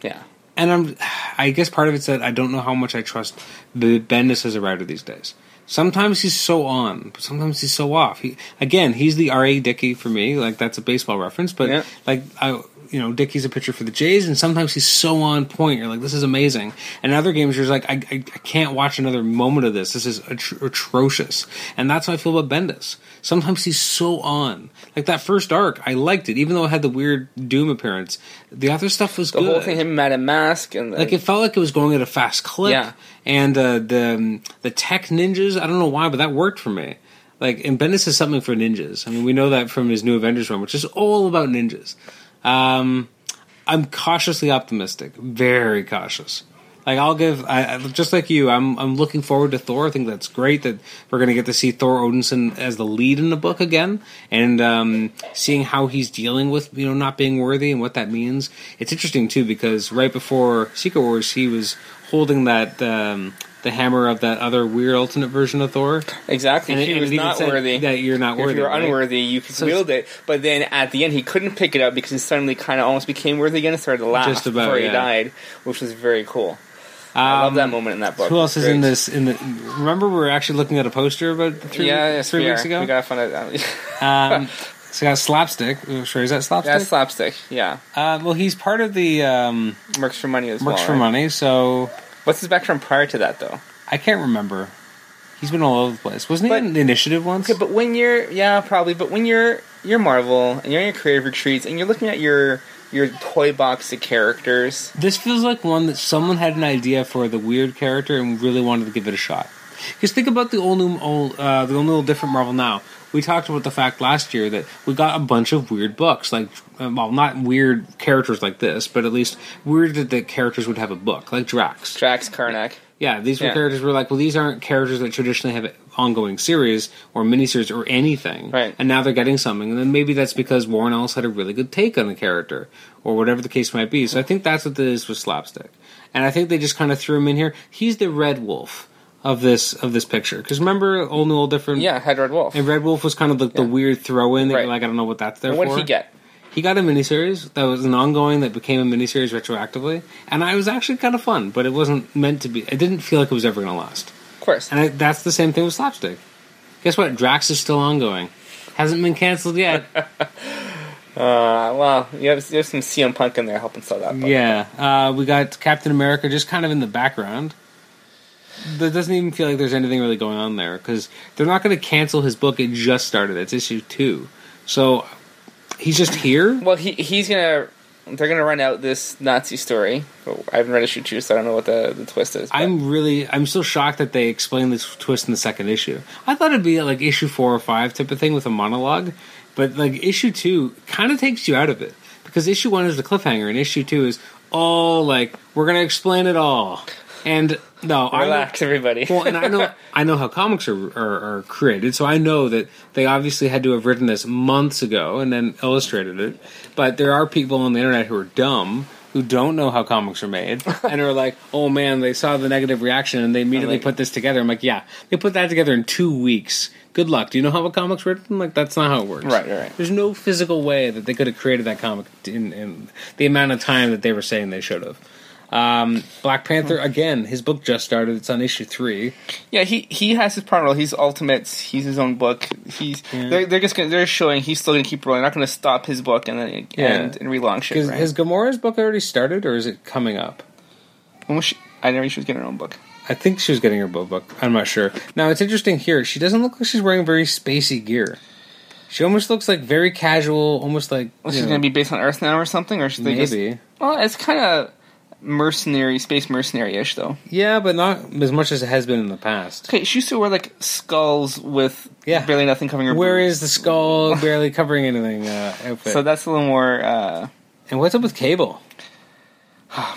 S2: yeah.
S1: And I'm, I guess part of it's that I don't know how much I trust the Bendis as a writer these days. Sometimes he's so on, but sometimes he's so off. He again, he's the R.A. Dickey for me. Like that's a baseball reference, but
S2: Yeah.
S1: like I, you know, Dickey's a pitcher for the Jays, and sometimes he's so on point. You're like, this is amazing. And other games, you're just like, I, I, I can't watch another moment of this. This is atro- atrocious. And that's how I feel about Bendis. Sometimes he's so on. Like that first arc, I liked it, even though it had the weird Doom appearance. The other stuff was
S2: The
S1: good
S2: whole thing, him at a mask and
S1: like it felt like it was going at a fast clip.
S2: Yeah.
S1: And uh, the um, the tech ninjas, I don't know why, but that worked for me. Like, and Bendis is something for ninjas. I mean, we know that from his new Avengers run, which is all about ninjas. Um, I'm cautiously optimistic, very cautious. Like I'll give, I, I- just like you, I'm I'm looking forward to Thor. I think that's great that we're going to get to see Thor Odinson as the lead in the book again, and um, seeing how he's dealing with you know not being worthy and what that means. It's interesting too because right before Secret Wars, he was holding that um, the hammer of that other weird alternate version of Thor.
S2: exactly.
S1: And it-
S2: he
S1: and it
S2: was
S1: even
S2: not
S1: said
S2: worthy.
S1: that you're not worthy.
S2: if you're
S1: right?
S2: unworthy, you could
S1: So
S2: wield it. But then at the end, he couldn't pick it up because he suddenly kind of almost became worthy again and started to laugh
S1: Just about,
S2: before
S1: yeah. Um,
S2: he died, which was very cool. I love that moment in that book.
S1: Who else is
S2: Great.
S1: in this? In the remember, we were actually looking at a poster about three,
S2: yeah, yes,
S1: three
S2: we
S1: weeks
S2: are.
S1: ago.
S2: we gotta find it. out.
S1: Um, so we got slapstick. Ooh, Sure, is that slapstick?
S2: That's slapstick. Yeah,
S1: uh, well, he's part of the um,
S2: works for money as well.
S1: Works for
S2: right?
S1: Money, so
S2: What's his background prior to that though?
S1: I can't remember. He's been all over the place. Wasn't
S2: But-
S1: he in the initiative once?
S2: Okay, but when you're yeah, probably. But when you're you're Marvel and you're in your creative retreats and you're looking at your your toy box of characters.
S1: this feels like one that someone had an idea for the weird character and really wanted to give it a shot. Because think about the old, new, old, uh, the old, new, old different Marvel now. We talked about the fact last year that we got a bunch of weird books, like uh, well, not weird characters like this, but at least weird that the characters would have a book, like Drax.
S2: Drax Karnak.
S1: Yeah, these were
S2: Yeah.
S1: characters were like, well, these aren't characters that traditionally have ongoing series or miniseries or anything.
S2: Right.
S1: And now they're getting something. And then maybe that's because Warren Ellis had a really good take on the character or whatever the case might be. So I think that's what this was slapstick. And I think they just kind of threw him in here. He's the Red Wolf of this of this picture. Because remember, old new, old different.
S2: Yeah, had Red Wolf.
S1: And Red Wolf was kind of like the
S2: Yeah.
S1: weird throw in that
S2: Right.
S1: you're like, I don't know what that's there
S2: what
S1: for.
S2: did he get?
S1: He got a miniseries that was an ongoing that became a miniseries retroactively, and I was actually kind of fun, but it wasn't meant to be. It didn't feel like it was ever going to last,
S2: Of course.
S1: and I, that's the same thing with slapstick. Guess what? Drax is still ongoing. Hasn't been canceled yet.
S2: Uh, well, you have there's some CM Punk in there helping sell that. book.
S1: yeah. Uh, we got Captain America just kind of in the background. There doesn't even feel like there's anything really going on there because they're not going to cancel his book. It just started. It's issue two. So he's just here.
S2: Well, he he's gonna they're gonna run out this Nazi story. Oh, I haven't read issue two, so I don't know what the, the twist is. but-
S1: I'm really, I'm still shocked that they explained this twist in the second issue. I thought it'd be like issue four or five type of thing with a monologue, but like issue two kind of takes you out of it because issue one is the cliffhanger and issue two is all like we're gonna explain it all. And no, I'm,
S2: relax, everybody.
S1: well, and I know I know how comics are, are are created, so I know that they obviously had to have written this months ago and then illustrated it. But there are people on the internet who are dumb who don't know how comics are made and are like, "Oh man, they saw the negative reaction and they immediately
S2: like-
S1: put this together." I'm like, "Yeah, they put that together in two weeks." Good luck. Do you know how a comic's written? Like that's not how it works.
S2: Right, right, right.
S1: There's no physical way that they could have created that comic in, in the amount of time that they were saying they should have. Um, Black Panther
S2: Mm-hmm.
S1: again. His book just started. It's on issue three.
S2: yeah, he he has his prime role. He's ultimates. He's his own book. He's
S1: Yeah.
S2: they're they're just gonna, they're showing he's still gonna keep rolling. They're not gonna stop his book and then
S1: Yeah.
S2: and, and relaunch it.
S1: Is,
S2: Right?
S1: Has Gamora's book already started, or is it coming up?
S2: When was she- I never knew she was getting her own book.
S1: I think she was getting her book. book. I'm not sure. Now it's interesting here. She doesn't look like she's wearing very spacey gear. She almost looks like very casual, almost like
S2: Well,
S1: you
S2: she's
S1: know,
S2: gonna be based on Earth now or something, or should they just-
S1: maybe.
S2: well, it's kind of mercenary, space mercenary-ish though.
S1: Yeah, but not as much as it has been in the past.
S2: Okay, she used to wear like skulls with
S1: Yeah.
S2: barely nothing covering her.
S1: Where
S2: boobs.
S1: is the skull barely covering anything uh, outfit?
S2: so that's a little more. uh
S1: and what's up with Cable?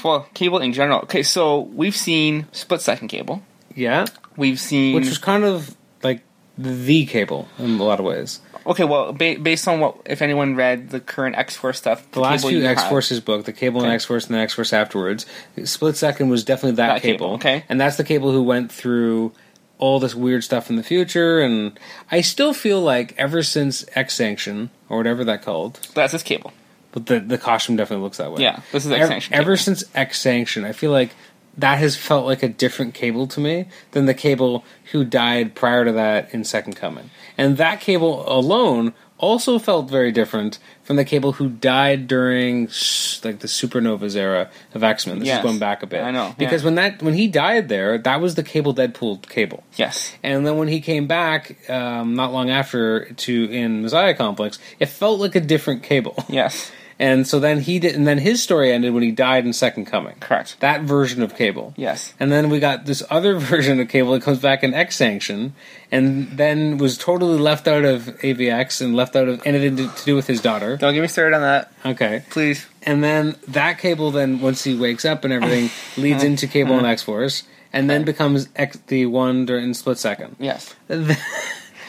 S2: Well, cable in general. Okay, so we've seen split second cable.
S1: Yeah,
S2: We've seen
S1: which was kind of like the Cable in a lot of ways.
S2: okay. Well, ba- based on what if anyone read the current X Force stuff,
S1: The last few
S2: you have-
S1: X Forces book, the cable and
S2: Okay.
S1: X Force and the X Force afterwards, Split Second was definitely that,
S2: That
S1: cable.
S2: cable, okay.
S1: And that's the cable who went through all this weird stuff in the future. And I still feel like ever since X Sanction, or whatever that called,
S2: That's this cable.
S1: but the, the costume definitely looks that way.
S2: Yeah, this is
S1: Ev-
S2: X Sanction.
S1: Ever since X Sanction, I feel like that has felt like a different cable to me than the cable who died prior to that in Second Coming. And that cable alone also felt very different from the cable who died during s- like the supernovas era of X-Men. This
S2: Yes.
S1: is going back a bit.
S2: I know,
S1: Because
S2: yeah.
S1: when that when he died there, that was the cable Deadpool cable.
S2: yes.
S1: And then when he came back, um, not long after to in Messiah Complex, it felt like a different cable.
S2: Yes.
S1: And so then he did, and then his story ended when he died in Second Coming.
S2: Correct.
S1: That version of Cable.
S2: Yes.
S1: And then we got this other version of Cable that comes back in X Sanction, and then was totally left out of AVX and left out of anything to, to do with his daughter.
S2: Don't get me started on that,
S1: Okay.
S2: please.
S1: And then that Cable, then once he wakes up and everything, leads into Cable
S2: Uh-huh.
S1: and X Force, and then becomes X, the one during, in Split Second.
S2: Yes.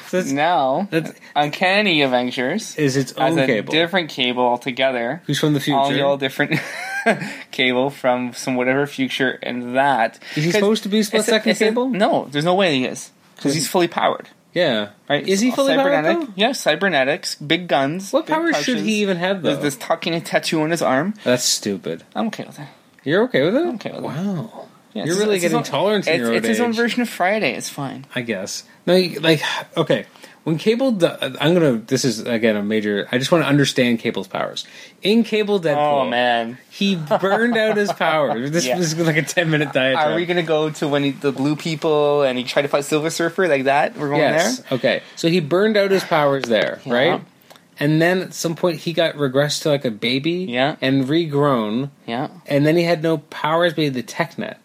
S1: So it's,
S2: Now,
S1: That's-
S2: Uncanny Avengers
S1: is its
S2: has
S1: own
S2: a
S1: Cable,
S2: different cable altogether.
S1: who's from the future.
S2: All y'all different cable from some whatever future and that.
S1: Is he
S2: 'Cause
S1: supposed to be split
S2: it's a-
S1: second
S2: it's a-
S1: Cable?
S2: No, there's no way he is because he's fully powered.
S1: yeah.
S2: Right?
S1: Is he
S2: All
S1: fully powered?
S2: cybernetic?
S1: though?
S2: Yeah, cybernetics, big guns.
S1: What
S2: big
S1: power should
S2: pouches.
S1: he even have though?
S2: There's this tucking a tattoo on his arm.
S1: That's stupid.
S2: I'm okay with that.
S1: You're okay with it? I'm
S2: okay with it.
S1: Wow.
S2: Yeah,
S1: You're
S2: it's-
S1: really
S2: it's his
S1: getting
S2: own-
S1: tolerant in
S2: It's,
S1: your old
S2: it's his own
S1: age.
S2: version of Friday. It's fine.
S1: I guess. No, you- like okay. When Cable, d- I'm gonna. This is again a major. I just want to understand Cable's powers. In Cable Deadpool,
S2: Oh man,
S1: he burned out his powers. This
S2: Yeah.
S1: was like a 10 minute diatribe.
S2: are we gonna go to when he, the blue people and he tried to fight Silver Surfer like that? We're going
S1: yes.
S2: there.
S1: Okay. So he burned out his powers there,
S2: Yeah.
S1: right? And then at some point he got regressed to like a baby,
S2: Yeah.
S1: and regrown,
S2: Yeah.
S1: and then he had no powers, but he had the technet,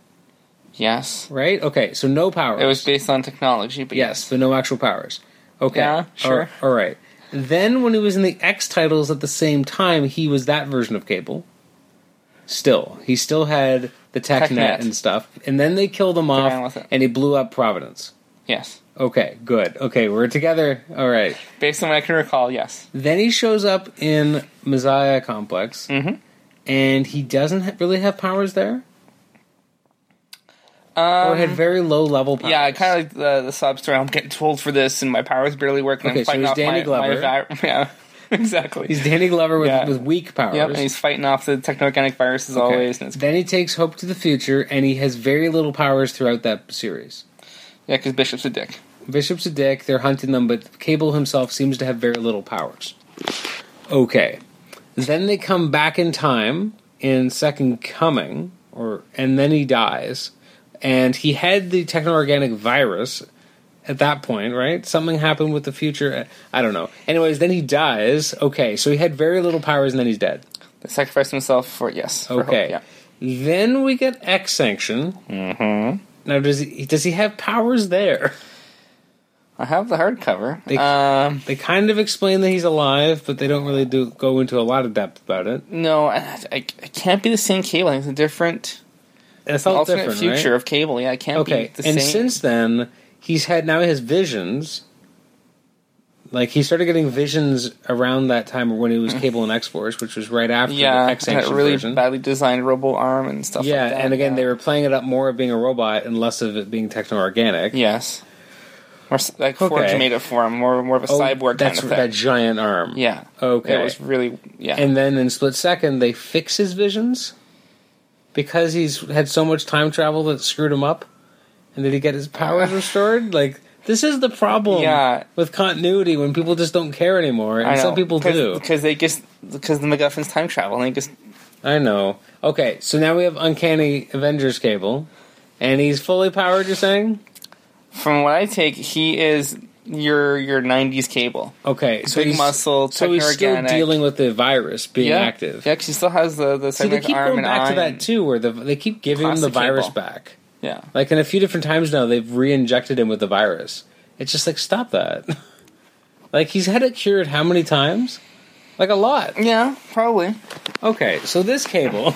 S2: Yes.
S1: right? Okay, so no powers.
S2: It was based on technology, but
S1: Yes, but no actual powers. Okay.
S2: Yeah, sure.
S1: All- all right. Then when he was in the X titles at the same time, he was that version of Cable. Still, he still had the TechNet,
S2: TechNet.
S1: and stuff. And then they killed him
S2: ran
S1: off
S2: with it.
S1: and he blew up Providence.
S2: Yes.
S1: Okay, good. Okay, we're together. All right.
S2: Based on what I can recall, yes.
S1: Then he shows up in Messiah Complex.
S2: Mm-hmm.
S1: And he doesn't ha- really have powers there? or had very low level powers?
S2: Um, Yeah, I kind of like the, the sob story. I'm getting told for this, and my powers barely work. And
S1: Okay,
S2: I'm
S1: so
S2: fighting
S1: he's
S2: off
S1: Danny
S2: my, my
S1: Glover.
S2: vi- yeah, exactly.
S1: He's Danny Glover with,
S2: Yeah.
S1: with weak powers.
S2: yep, and he's fighting off the technoorganic viruses
S1: Okay.
S2: always, and it's
S1: then he takes Hope to the Future, and he has very little powers throughout that series.
S2: yeah, because Bishop's a dick.
S1: Bishop's a dick. They're hunting them, but Cable himself seems to have very little powers. Okay. Then they come back in time in Second Coming, or and then he dies. And he had the techno-organic virus at that point, right? Something happened with the future. I don't know. Anyways, then he dies. Okay, so he had very little powers, and then he's dead.
S2: They sacrificed himself for yes. for hope,
S1: Okay.
S2: yeah.
S1: Then we get X sanction. Mm-hmm. Now does he does he have powers there?
S2: I have the hardcover.
S1: They-
S2: um,
S1: They kind of explain that he's alive, but they don't really do go into a lot of depth about it.
S2: no, I, I, it can't be the same Cable. I think It's a different
S1: It's all
S2: alternate
S1: different,
S2: future
S1: right?
S2: of Cable. Yeah, it can't
S1: Okay,
S2: be the
S1: and
S2: same.
S1: since then he's had now he has visions. Like he started getting visions around that time when he was Cable and X Force, which was right after
S2: Mm. yeah,
S1: the
S2: and
S1: X
S2: that
S1: sanction
S2: really
S1: version.
S2: badly designed Robo Arm and stuff.
S1: yeah,
S2: like that,
S1: and again
S2: yeah.
S1: they were playing it up more of being a robot and less of it being techno organic.
S2: yes, or s- like Forge
S1: Okay.
S2: made it for him, more more of a cyborg kind
S1: Oh, that's
S2: of thing.
S1: that giant arm.
S2: yeah,
S1: Okay.
S2: it was really yeah.
S1: and then in split second they fix his visions because he's had so much time travel that screwed him up and did he get his powers restored like this is the problem
S2: Yeah.
S1: with continuity when people just don't care anymore and some people do
S2: because they just because the MacGuffin's time travel and they just
S1: i know okay so now we have uncanny avengers cable and he's fully powered you're saying
S2: from what I take, he is your your '90s Cable.
S1: okay so
S2: Big
S1: he's,
S2: muscle,
S1: so he's still
S2: techno-organic.
S1: dealing with the virus being
S2: yeah,
S1: active
S2: Yeah, 'cause he still has the the
S1: See, they
S2: cyborg
S1: keep
S2: arm
S1: going
S2: and
S1: back to
S2: eye
S1: that
S2: and-
S1: too, where the, they keep giving him the
S2: Classic
S1: virus
S2: Cable.
S1: back.
S2: Yeah,
S1: Like, in a few different times now, they've re-injected him with the virus. It's just like, stop that. like, he's had it cured how many times? Like, a lot.
S2: yeah, probably.
S1: Okay, so this cable,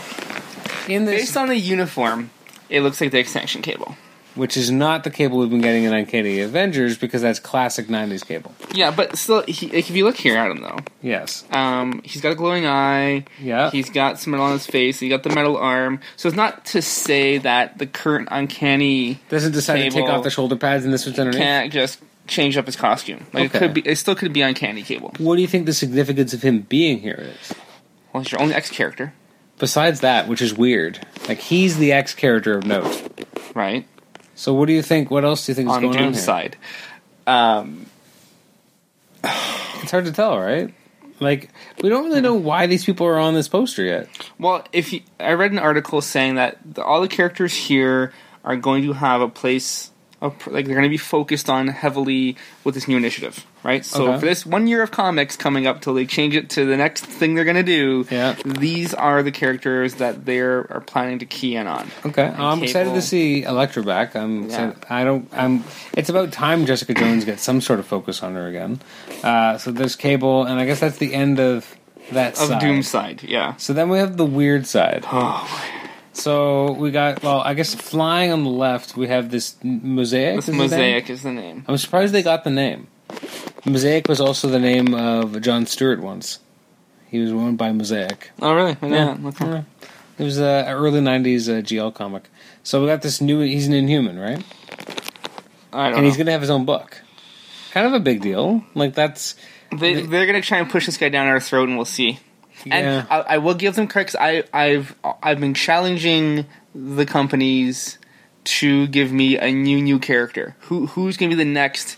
S1: in this,
S2: Based on the uniform, it looks like the extension cable.
S1: which is not the cable we've been getting in Uncanny Avengers, because that's classic 90s cable.
S2: Yeah, but still, he, like, if you look here at him though,
S1: Yes.
S2: um, he's got a glowing eye.
S1: Yeah.
S2: he's got some metal on his face. He got the metal arm. So it's not to say that the current uncanny
S1: Doesn't decide to take
S2: Cable.
S1: off the shoulder pads and this was underneath.
S2: can't just change up his costume. Like
S1: Okay.
S2: it could be, it still could be uncanny cable.
S1: What do you think the significance of him being here is?
S2: Well, he's your only X character,
S1: Besides that, which is weird. Like, he's the X character of note.
S2: right?
S1: So what do you think? What else do you think is
S2: on
S1: going on
S2: Doom's
S1: here?
S2: side. Um,
S1: It's hard to tell, right? Like we don't really know why these people are on this poster yet.
S2: well, if you, I read an article saying that the, all the characters here are going to have a place, of, pr- like they're going to be focused on heavily with this new initiative, right? So
S1: Okay.
S2: for this one year of comics coming up till they change it to the next thing they're going to do,
S1: Yeah.
S2: these are the characters that they are planning to key in on.
S1: Okay, I'm excited
S2: Cable.
S1: to see Elektra back. I'm excited. I don't. I'm. It's about time Jessica Jones gets some sort of focus on her again. Uh, so there's Cable, and I guess that's the end of that
S2: Of
S1: side.
S2: Doom's side, yeah.
S1: So then we have the weird side.
S2: Oh,
S1: So we got well, I guess flying on the left, we have this mosaic.
S2: this
S1: is his name?
S2: mosaic is the name.
S1: I'm surprised they got the name. Mosaic was also the name of John Stewart once. He was owned by Mosaic.
S2: Oh, really? Yeah. okay.
S1: Yeah. It was a early '90s uh, GL comic. So we got this new. He's an Inhuman, right?
S2: I don't
S1: And
S2: know.
S1: he's going to have his own book. Kind of a big deal. Like that's
S2: They, they're gonna try and push this guy down our throat, and we'll see.
S1: Yeah.
S2: And I, I will give them credit. 'cause I, I've I've been challenging the companies to give me a new new character. Who who's gonna be the next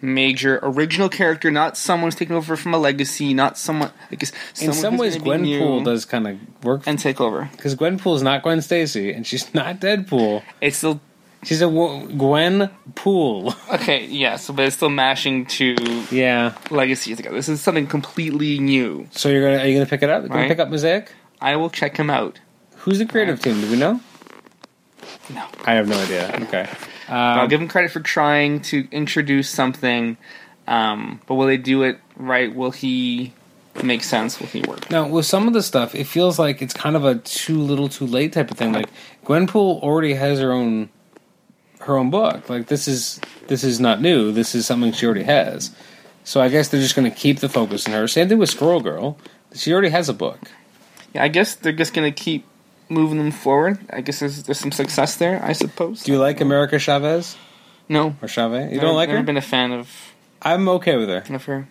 S2: major original character? Not someone who's taking over from a legacy. Not someone. I guess
S1: in some ways Gwenpool does kind of work
S2: and take over.
S1: because Gwenpool is not Gwen Stacy and she's not Deadpool.
S2: It's still
S1: She's a wo- Gwen Pool.
S2: okay. Yeah. So, but it's still mashing to
S1: yeah.
S2: legacies together. This is something completely new.
S1: So you're gonna are you gonna pick it up? You're gonna
S2: Right. Uh,
S1: pick up Mosaic?
S2: I will check him out.
S1: Who's the creative team? Do we know?
S2: No.
S1: I have no idea. Okay. Um,
S2: I'll Uh, give them credit for trying to introduce something, um, but will they do it right? Will he make sense? Will he work?
S1: Now, with some of the stuff, it feels like it's kind of a too little, too late type of thing. Like Gwenpool already has her own her own book. Like this is this is not new. This is something she already has. So I guess they're just going to keep the focus on her. Same thing with Squirrel Girl. She already has a book.
S2: Yeah, I guess they're just gonna keep moving them forward. I guess there's, there's some success there. I suppose.
S1: Do you like America Chavez
S2: no,
S1: or Chavez? You don't like her?
S2: Never been a fan of
S1: I'm okay with her.
S2: of her.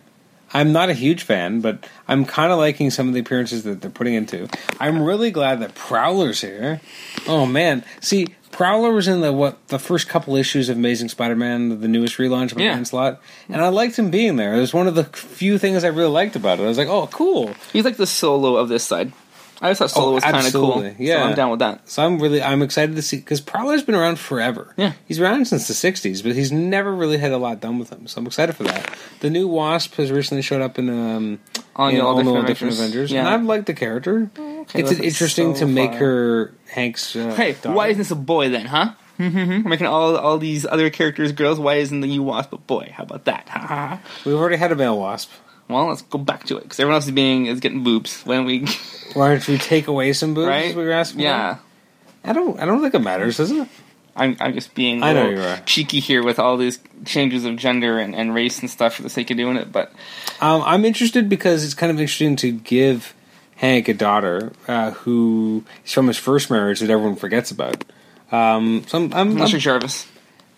S1: I'm not a huge fan, but I'm kind of liking some of the appearances that they're putting into. I'm really glad that Prowler's here. Oh man, see, Prowler was in the what the first couple issues of Amazing Spider-Man, the newest relaunch by
S2: Yeah.
S1: Dan Slott, and I liked him being there. It was one of the few things I really liked about it. I was like, oh, cool.
S2: He's like the solo of this side. I always thought
S1: Oh,
S2: solo was kind of cool.
S1: absolutely. Yeah.
S2: so I'm down with that.
S1: So I'm really I'm excited to see because Prowler's been around forever.
S2: Yeah.
S1: he's around since the '60s, but he's never really had a lot done with him. So I'm excited for that. The new Wasp has recently showed up in um
S2: On
S1: in
S2: All
S1: the
S2: Different Avengers.
S1: and
S2: Yeah.
S1: I've liked the character. it's
S2: that's
S1: interesting to
S2: so
S1: make
S2: far.
S1: her Hank's. Uh,
S2: Hey,
S1: daughter.
S2: why isn't this a boy then, huh? Mm-hmm. Making all all these other characters girls. Why isn't the you wasp a boy? How about that? Ha, ha, ha.
S1: we've already had a male Wasp?
S2: well, let's go back to it because everyone else is being is getting boobs. Why don't we?
S1: Why don't we take away some boobs?
S2: right?
S1: We were asking.
S2: Yeah,
S1: I don't. I don't think it matters, does it?
S2: I'm I'm just being a
S1: I know
S2: little
S1: you are.
S2: cheeky here with all these changes of gender and, and race and stuff for the sake of doing it. But
S1: Um, I'm interested because it's kind of interesting to give Hank a daughter uh, who is from his first marriage that everyone forgets about. Um, so I'm, I'm,
S2: unless
S1: I'm
S2: you're Jarvis,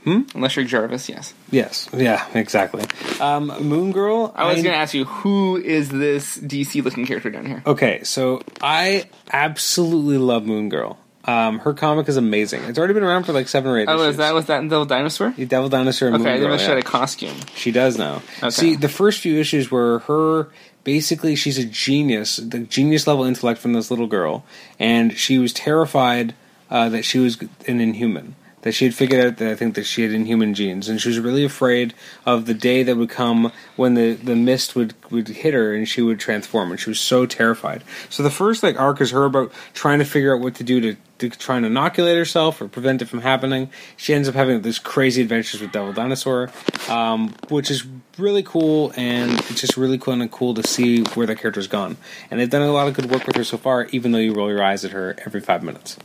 S2: hmm? Unless you're Jarvis, yes.
S1: yes, yeah, exactly. Um, Moon Girl.
S2: I was going to ask you who is this DC looking character down here?
S1: Okay, so I absolutely love Moon Girl. Um, her comic is amazing. It's already been around for like seven or eight.
S2: Oh,
S1: issues.
S2: is that was that little dinosaur?
S1: the Devil Dinosaur? And
S2: Okay, I
S1: Moon
S2: didn't
S1: Girl,
S2: know she had
S1: yeah.
S2: a costume.
S1: She does now.
S2: Okay.
S1: See, the first few issues were her basically she's a genius, the genius level intellect from this little girl, and she was terrified uh, that she was an inhuman. That she had figured out that I think that she had inhuman genes, and she was really afraid of the day that would come when the, the mist would, would hit her and she would transform, and she was so terrified. So the first like arc is her about trying to figure out what to do to, to try and inoculate herself or prevent it from happening. She ends up having this crazy adventures with Devil Dinosaur, um, which is really cool, and it's just really cool and cool to see where the character's gone. And they've done a lot of good work with her so far, even though you roll your eyes at her every five minutes.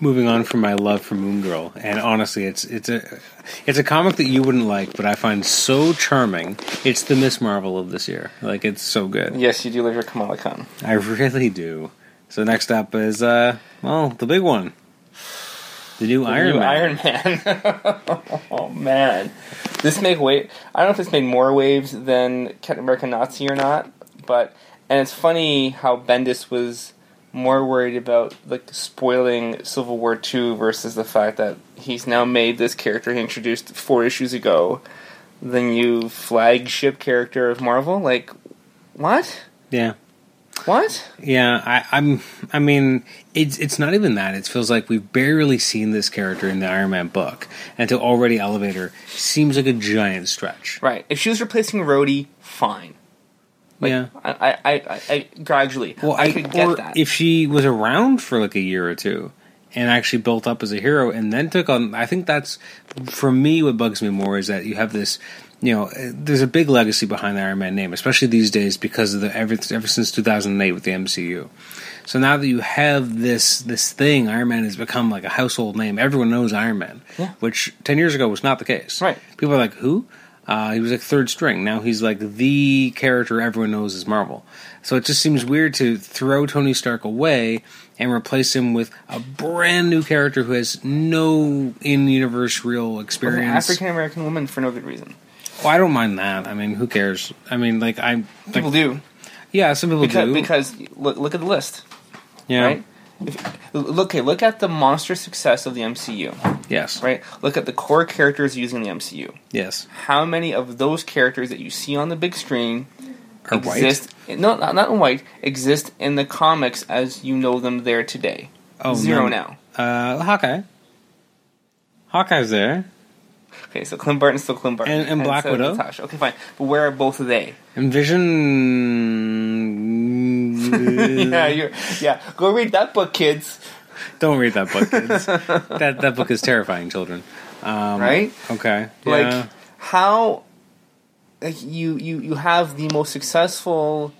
S1: Moving on from my love for Moon Girl, and honestly, it's it's a it's a comic that you wouldn't like, but I find so charming. It's the Miss Marvel of this year. Like it's so good.
S2: Yes, you do like your Kamala Khan.
S1: I really do. So next up is uh well the big one, the new Iron
S2: You
S1: Man.
S2: Iron Man. oh man, this make wait. I don't know if this made more waves than Captain America Nazi or not, but and it's funny how Bendis was more worried about like spoiling Civil War Two versus the fact that he's now made this character he introduced four issues ago the new flagship character of Marvel. Like, what?
S1: Yeah,
S2: What?
S1: yeah. I, I'm. I mean, it's it's not even that. It feels like we've barely seen this character in the Iron Man book, and to already elevate her seems like a giant stretch.
S2: Right. If she was replacing Rhodey, fine.
S1: yeah.
S2: I, I, I, I, I gradually.
S1: Well,
S2: I, could
S1: or
S2: get that.
S1: if she was around for like a year or two and actually built up as a hero and then took on. I think that's for me what bugs me more is that you have this. You know, eh, there's a big legacy behind the Iron Man name, especially these days because of the ever, ever since 2008 with the MCU. So now that you have this this thing, Iron Man has become like a household name. Everyone knows Iron Man,
S2: Yeah.
S1: which ten years ago was not the case.
S2: Right.
S1: People are like, who? Uh, he was like third string. Now he's like the character everyone knows is Marvel. So it just seems weird to throw Tony Stark away and replace him with a brand new character who has no in-universe real
S2: an
S1: experience.
S2: African American woman for no good reason.
S1: well, I don't mind that. I mean, who cares? I mean, like I, like,
S2: People do
S1: yeah, some people
S2: because
S1: do.
S2: because look, look at the list,
S1: yeah,
S2: right? If, look, okay, look at the monster success of the MCU,
S1: yes,
S2: right? Look at the core characters using the MCU.
S1: yes,
S2: How many of those characters that you see on the big screen
S1: or white.
S2: exist? No, not, not in white. Exist in the comics as you know them there today.
S1: Oh,
S2: Zero
S1: none.
S2: now.
S1: Uh, Hawkeye. Hawkeye's there.
S2: Okay, so Clint Barton's still Clint Barton,
S1: And- and Black
S2: so
S1: Widow?
S2: Natasha. Okay, fine, but where are both of they?
S1: And Vision.
S2: Yeah, you're, yeah. Go read that book, kids.
S1: Don't read that book, kids. that that book is terrifying, children. Um,
S2: Right?
S1: Okay. yeah.
S2: Like how like you you you have the most successful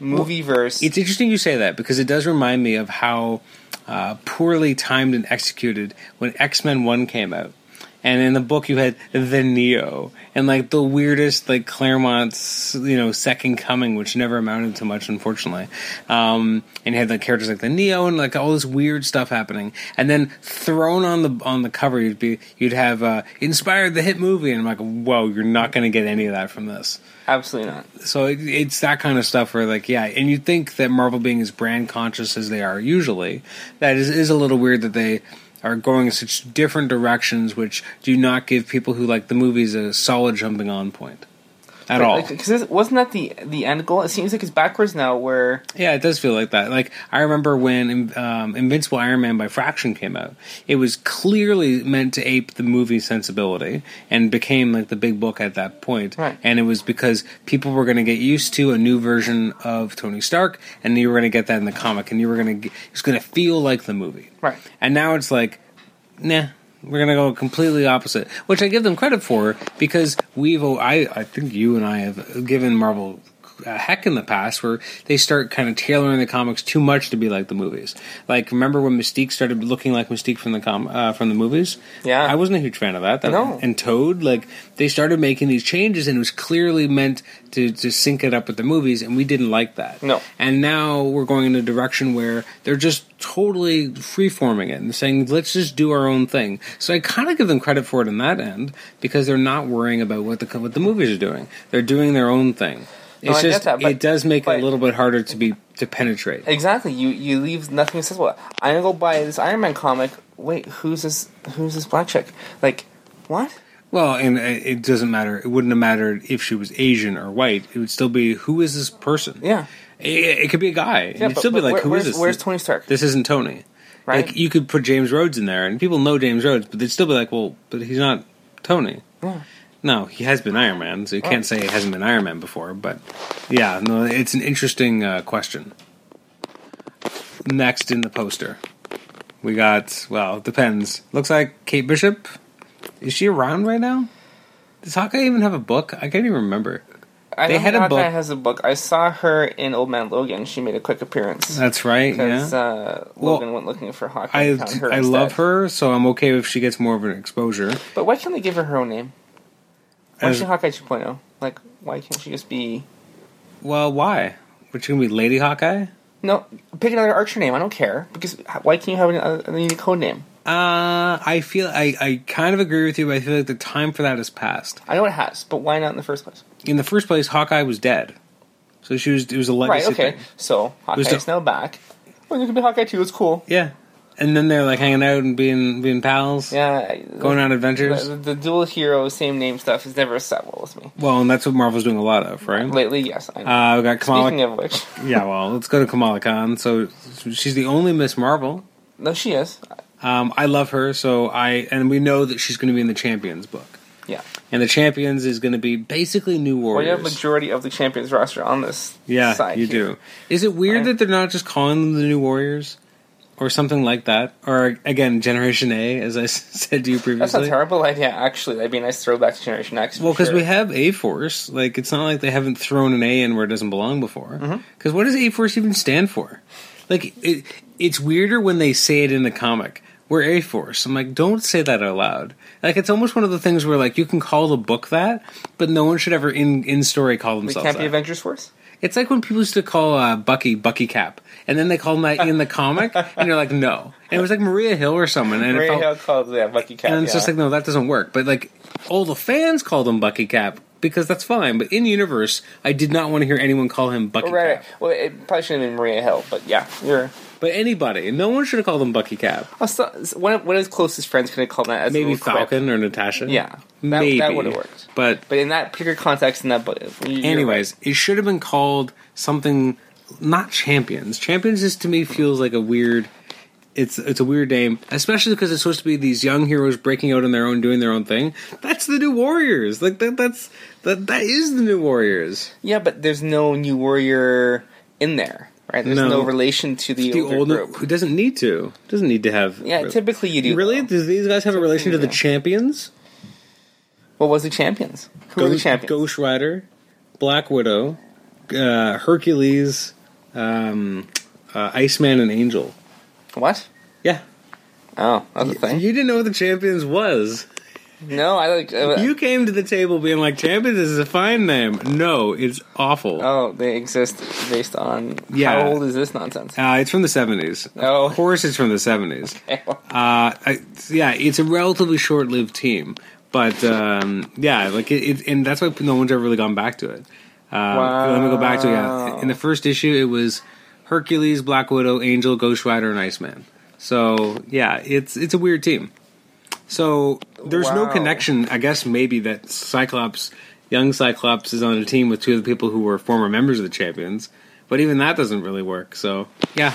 S2: movie verse.
S1: It's interesting you say that because it does remind me of how uh, poorly timed and executed when X Men One came out, and in the book you had the Neo and like the weirdest like Claremont's you know Second Coming, which never amounted to much unfortunately, um, and you had like characters like the Neo and like all this weird stuff happening, and then thrown on the on the cover you'd be you'd have uh, inspired the hit movie, and I'm like, whoa, you're not going to get any of that from this
S2: Absolutely not.
S1: so it, it's that kind of stuff where like yeah and you think that marvel being as brand conscious as they are usually that is, is a little weird that they are going in such different directions, which do not give people who like the movies a solid jumping on point at all.
S2: Because wasn't that the the end goal? It seems like it's backwards now. Where
S1: Yeah, it does feel like that. Like I remember when um, Invincible Iron Man by Fraction came out, it was clearly meant to ape the movie sensibility and became like the big book at that point.
S2: Right.
S1: And it was because people were going to get used to a new version of Tony Stark, and you were going to get that in the comic, and you were going to it's going to feel like the movie.
S2: Right.
S1: And now it's like, nah. We're gonna go completely opposite, which I give them credit for because we've. Oh, I I think you and I have given Marvel a heck in the past where they start kind of tailoring the comics too much to be like the movies. Like remember when Mystique started looking like Mystique from the com uh, from the movies?
S2: Yeah.
S1: I wasn't a huge fan of that. that
S2: No.
S1: and Toad like they started making these changes and it was clearly meant to to sync it up with the movies, and we didn't like that.
S2: No.
S1: And now we're going in a direction where they're just totally freeforming it and saying, let's just do our own thing. So I kind of give them credit for it in that end because they're not worrying about what the what the movies are doing. They're doing their own thing. It's
S2: I get
S1: just
S2: that, but-
S1: it does make it
S2: but-
S1: a little bit harder to be to penetrate.
S2: exactly you you leave nothing accessible. I'm gonna go buy this Iron Man comic. Wait, who's this? Who's this black chick? Like what?
S1: Well, and it it doesn't matter. It wouldn't have mattered if she was Asian or white. It would still be who is this person?
S2: Yeah.
S1: It, it could be a guy.
S2: Yeah,
S1: It'd
S2: but-
S1: still be
S2: but
S1: like,
S2: where-
S1: who
S2: where's,
S1: is this?
S2: Where's Tony Stark?
S1: this isn't Tony.
S2: Right.
S1: Like you could put James Rhodes in there, and people know James Rhodes, but they'd still be like, "Well, but he's not Tony."
S2: Yeah.
S1: No, he has been Iron Man, so you can't say he hasn't been Iron Man before. But yeah, no, it's an interesting uh, question. Next in the poster, we got well, depends. Looks like Kate Bishop. Is she around right now? Does Hawkeye even have a book? I can't even remember.
S2: I
S1: They
S2: know
S1: had a
S2: Hawkeye
S1: book.
S2: Has a book. I saw her in Old Man Logan. She made a quick appearance
S1: That's right.
S2: because
S1: Yeah,
S2: uh,
S1: Well,
S2: Logan went looking for Hawkeye.
S1: I
S2: and found her
S1: I love
S2: instead.
S1: her, so I'm okay if she gets more of an exposure.
S2: But why can't they give her her own name? Why
S1: As-
S2: is she Hawkeye 2.0? Like, why can't she just be?
S1: Well, why? Would you gonna be Lady Hawkeye?
S2: No, pick another Archer name. I don't care because h- why can't you have an, uh, a unique code name?
S1: Uh, I feel I, I kind of agree with you, but I feel like the time for that has passed.
S2: I know it has, but why not in the first place?
S1: In the first place, Hawkeye was dead, so she was it was a
S2: Right.
S1: legacy
S2: Okay.
S1: thing.
S2: So Hawkeye
S1: Who's the-
S2: is now back. Well, you can be Hawkeye too. It's cool.
S1: Yeah, and then they're like hanging out and being being pals,
S2: Yeah.
S1: going on
S2: The,
S1: adventures.
S2: the, the dual hero same name stuff has never sat well with me
S1: well, and that's what Marvel's doing a lot of, right?
S2: lately. Yes. I know.
S1: Mm-hmm. Uh, we got Kamala.
S2: Speaking of which,
S1: yeah, well, let's go to Kamala Khan. So she's the only Miss Marvel.
S2: no, she is.
S1: Um, I love her, so I and we know that she's going to be in the Champions book,
S2: Yeah.
S1: and the Champions is going to be basically New
S2: Well, you
S1: Warriors.
S2: have majority of the champions roster on this.
S1: Yeah,
S2: side
S1: you
S2: here.
S1: do. Is it weird
S2: Right.
S1: that they're not just calling them the New Warriors or something like that? Or again, Generation A, as I s- said to you
S2: That's
S1: previously.
S2: a terrible idea. Actually, that'd be a nice throwback to Generation X. for
S1: well, because
S2: sure.
S1: we have A Force, like it's not like they haven't thrown an A in where it doesn't belong before.
S2: Mm-hmm.
S1: Because what does A Force even stand for? Like it, it's weirder when they say it in the comic. We're A Force. I'm like, don't say that out loud. Like it's almost one of the things where like you can call the book that, but no one should ever in in story call
S2: We
S1: themselves.
S2: can't
S1: that.
S2: be Avengers Force.
S1: It's like when people used to call uh, Bucky Bucky Cap, and then they call him that in the comic, and you're like, no. And it was like Maria Hill or someone, and, it
S2: Ray
S1: felt-
S2: Hill calls yeah, Bucky Cap.
S1: and it's just
S2: yeah.
S1: like, no, that doesn't work. But like, all the fans called him Bucky Cap because that's fine. But in universe, I did not want to hear anyone call him Bucky
S2: right.
S1: Cap.
S2: right. Well, it probably shouldn't have been Maria Hill, but yeah, you're.
S1: But anybody, no one should have called him Bucky Cap.
S2: Oh, so, so one, of, one of his closest friends could have called that as a
S1: Maybe
S2: little quip.
S1: Falcon or Natasha.
S2: Yeah, that- that
S1: maybe
S2: would've worked.
S1: But
S2: But in that particular context, in that book, you- you're
S1: Anyways, it should have been called something not champions. Champions is to me feels like a weird it's it's a weird name, especially because it's supposed to be these young heroes breaking out on their own, doing their own thing. That's the new warriors. Like that that's that that is the new warriors.
S2: right. yeah, but there's no new warrior in there, right? There's
S1: No.
S2: no, relation to the,
S1: The
S2: older
S1: old
S2: group.
S1: who doesn't need to doesn't need to have
S2: yeah, typically you do.
S1: really
S2: though.
S1: do these guys have a relation to the
S2: yeah.
S1: champions?
S2: What was the champions? Who were the
S1: Ghost-
S2: champions?
S1: Ghost Rider, Black Widow, uh, Hercules, um, uh, Iceman, and Angel.
S2: What?
S1: Yeah,
S2: Oh, that's a thing.
S1: You didn't know what the champions was.
S2: No, I like. Uh,
S1: You came to the table being like, "Champions is a fine name." No, it's awful.
S2: Oh, they exist based on
S1: Yeah.
S2: how old is this nonsense?
S1: Uh, it's from the seventies.
S2: Oh.
S1: Of course, it's from the seventies. Uh, I, yeah, it's a relatively short-lived team, but um, yeah, like it, it, and that's why no one's ever really gone back to it. Uh, Let me go back to it. Yeah,
S2: Wow.
S1: in the first issue, it was Hercules, Black Widow, Angel, Ghost Rider, and Iceman. So yeah, it's it's a weird team. So there's no
S2: Wow.
S1: connection, I guess. Maybe that Cyclops, young Cyclops, is on a team with two of the people who were former members of the Champions. But even that doesn't really work. So yeah,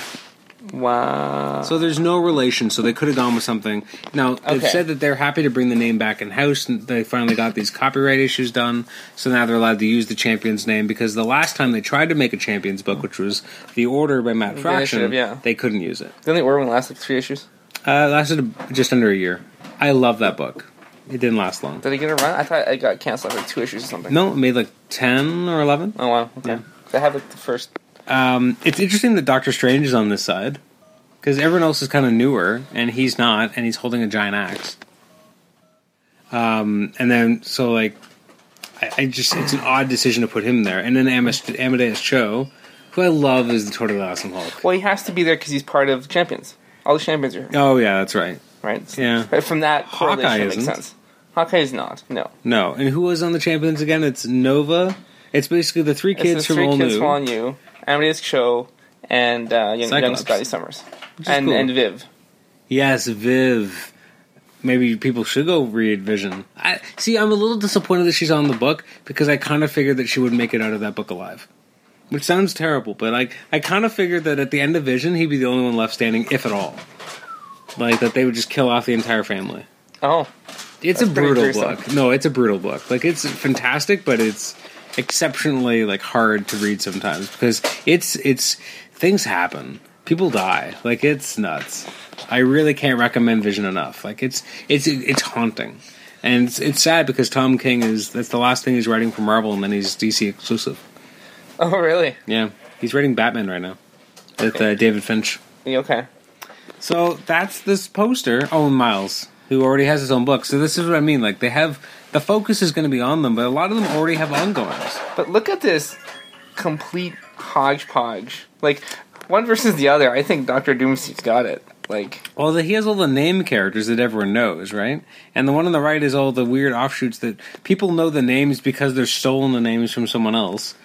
S2: Wow.
S1: so there's no relation. So they could have gone with something. Now they've
S2: Okay.
S1: said that they're happy to bring the name back in house. and They finally got these copyright issues done, so now they're allowed to use the champion's name because the last time they tried to make a champion's book, which was the Order by Matt
S2: Yeah, they should
S1: Fraction,
S2: have, yeah.
S1: they couldn't use it.
S2: Didn't the Orwin last like three issues?
S1: Uh, it lasted just under a year. I love that book. It didn't last long.
S2: Did it get a run? I thought it got canceled after two issues or something.
S1: No, it made like ten or eleven.
S2: Oh wow. Okay.
S1: Yeah.
S2: They have like the first.
S1: Um, it's interesting that Doctor Strange is on this side because everyone else is kind of newer, and he's not, and he's holding a giant axe. Um, and then so like, I, I just it's an odd decision to put him there, and then Amas- Amadeus Cho, who I love, is the totally awesome Hulk.
S2: Well, he has to be there because he's part of Champions. All the Champions are
S1: Oh yeah, that's right.
S2: right. So-
S1: Yeah.
S2: Right, from that
S1: Hawkeye
S2: correlation, it makes
S1: isn't.
S2: sense. Hawkeye is not. No.
S1: No, and who was on the Champions again? It's Nova. It's basically the three
S2: It's the
S1: kids from
S2: three
S1: All
S2: kids
S1: New.
S2: from All New, Amadeus Cho, and uh, young, young
S1: Cyclops.
S2: Scotty Summers,
S1: is
S2: and
S1: cool.
S2: and Viv.
S1: Yes, Viv. Maybe people should go read Vision. I see. I'm a little disappointed that she's on the book because I kind of figured that she would make it out of that book alive, which sounds terrible. But like, I kind of figured that at the end of Vision, he'd be the only one left standing, if at all. Like that, they would just kill off the entire family.
S2: Oh,
S1: It's a
S2: That's pretty
S1: brutal
S2: gruesome.
S1: book. No, it's a brutal book. Like it's fantastic, but it's exceptionally like hard to read sometimes because it's it's things happen. People die. Like it's nuts. I really can't recommend Vision enough. Like it's it's it's haunting. And it's, it's sad because Tom King is that's the last thing he's writing for Marvel and then he's DC exclusive.
S2: oh, really?
S1: Yeah. He's writing Batman right now with uh, David Finch.
S2: Yeah, Okay.
S1: So that's this poster. Oh, and Miles, who already has his own book. So this is what I mean. Like they have the focus is going to be on them, but a lot of them already have ongoings.
S2: But look at this complete hodgepodge. Like one versus the other. I think Doctor Doomsday's got it. Like
S1: Well, the, he has all the name characters that everyone knows, right? And the one on the right is all the weird offshoots that people know the names because they're stolen the names from someone else.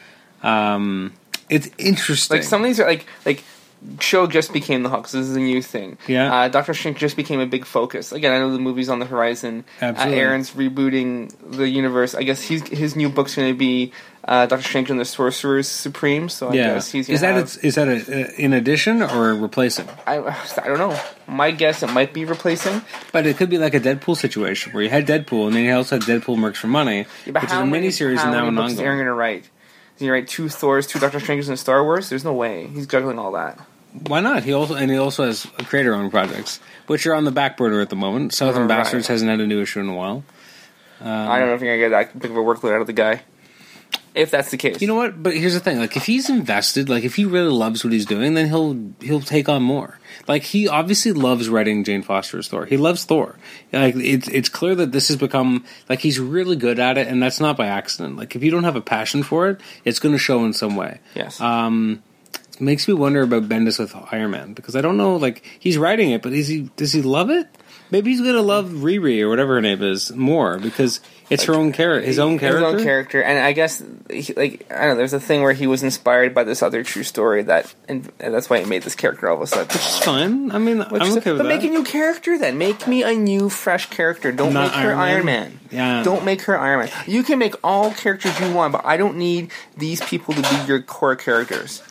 S1: Um, it's interesting.
S2: like some of these are like like Cho just became the Hulk. So this is a new thing.
S1: Yeah.
S2: Uh, Doctor Strange just became a big focus. Again, I know the movie's on the horizon.
S1: Absolutely.
S2: Uh, Aaron's rebooting the universe. I guess he's, his new book's going to be uh, Doctor Strange and the Sorcerer's Supreme. So I
S1: yeah,
S2: guess he's gonna
S1: is that
S2: have-
S1: it's, is that a, a, in addition or replacing?
S2: I, I don't know. My guess it might be replacing.
S1: But it could be like a Deadpool situation where you had Deadpool and then you also had Deadpool Mercs for Money,
S2: But
S1: which is a
S2: how many-
S1: miniseries
S2: how
S1: and
S2: many
S1: now an
S2: books is
S1: ongoing.
S2: Aaron going to write? Is he gonna write two Thors, two Doctor Strangers, and Star Wars? There's no way he's juggling all that.
S1: Why not? He also and he also has creator owned projects, which are on the back burner at the moment. Southern
S2: Right.
S1: Bastards hasn't had a new issue in a while.
S2: I
S1: Um,
S2: don't know if you're going to get that big of a workload out of the guy. If that's the case,
S1: You know what? But here's the thing: like, if he's invested, like, if he really loves what he's doing, then he'll he'll take on more. Like, he obviously loves writing Jane Foster's Thor. He loves Thor. Like, it's it's clear that this has become like he's really good at it, and that's not by accident. Like, if you don't have a passion for it, it's going to show in some way.
S2: Yes.
S1: Uh, makes me wonder about Bendis with Iron Man because I don't know. Like he's writing it, but is he does he love it? Maybe he's gonna love Riri or whatever her name is more because it's her own character, his own character.
S2: His own character, and I guess, he, like I don't know, there's a thing where he was inspired by this other true story that, and and that's why he made this character all of a sudden.
S1: It's fine. I mean, I'm okay with that.
S2: but make a new character then. Make me a new, fresh character. Don't
S1: Not
S2: make her
S1: Iron
S2: Iron
S1: Man?
S2: Man.
S1: Yeah.
S2: Don't make her Iron Man. You can make all characters you want, but I don't need these people to be your core characters.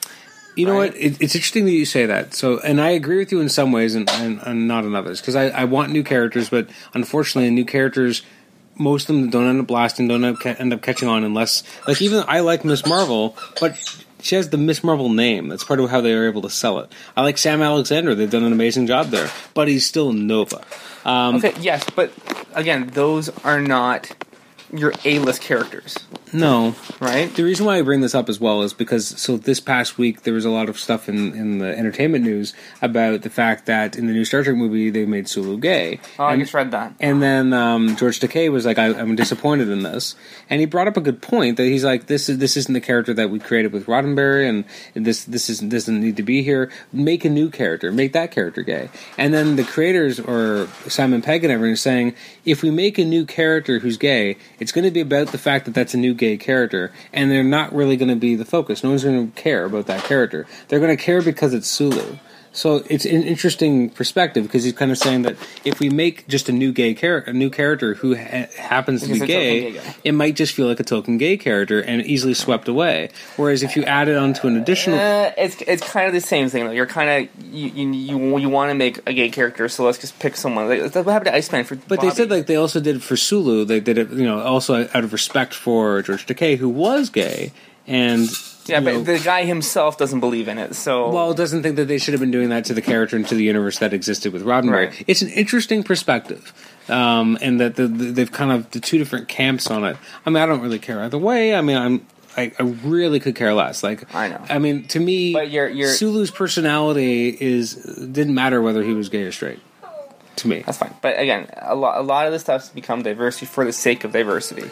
S1: You know
S2: right?
S1: what? It, it's interesting that you say that. So, and I agree with you in some ways, and, and, and not in others, because I, I want new characters, but unfortunately, new characters, most of them don't end up lasting, don't end up, ca- end up catching on, unless like even I like Miss Marvel, but she has the Miss Marvel name. That's part of how they are able to sell it. I like Sam Alexander; they've done an amazing job there, but he's still Nova.
S2: Okay, yes, but again, those are not your A-list characters,
S1: No,
S2: right?
S1: The reason why I bring this up as well is because so this past week there was a lot of stuff in, in the entertainment news about the fact that in the new Star Trek movie they made Sulu gay.
S2: Oh, I
S1: And-
S2: just read that.
S1: and then um, George Takei was like, I, "I'm disappointed in this," and he brought up a good point that he's like, "This is this isn't the character that we created with Roddenberry, and this this is doesn't need to be here. Make a new character, make that character gay." And then the creators or Simon Pegg and everyone are saying, "If we make a new character who's gay, it's going to be about the fact that that's a new gay character, and they're not really going to be the focus. No one's going to care about that character. They're going to care because it's Sulu." So it's an interesting perspective because he's kind of saying that if we make just a new gay character, a new character who ha- happens to
S2: Because
S1: be
S2: it's a token
S1: gay,
S2: gay guy.
S1: it might just feel like a token gay character and easily swept away. Whereas if you add it onto an additional,
S2: Uh, it's it's kind of the same thing. Though. You're kind of you you you, you want to make a gay character, so let's just pick someone. Like, that's what happened to Iceman for?
S1: but they said
S2: Bobby.
S1: like they also did for Sulu, they did it, you know, also out of respect for George Takei who was gay and
S2: yeah,
S1: you know,
S2: but the guy himself doesn't believe in it. So
S1: well doesn't think that they should have been doing that to the character and to the universe that existed with Roddenberry.
S2: Right.
S1: It's an interesting perspective, um, and that the, the, they've kind of the two different camps on it. I mean, I don't really care either way. I mean, I'm. I, I really could care less. Like
S2: I know.
S1: I mean, to me,
S2: But you're- you're-
S1: Sulu's personality is didn't matter whether he was gay or straight. To me,
S2: that's fine. But again, a lot a lot of this stuff's become diversity for the sake of diversity,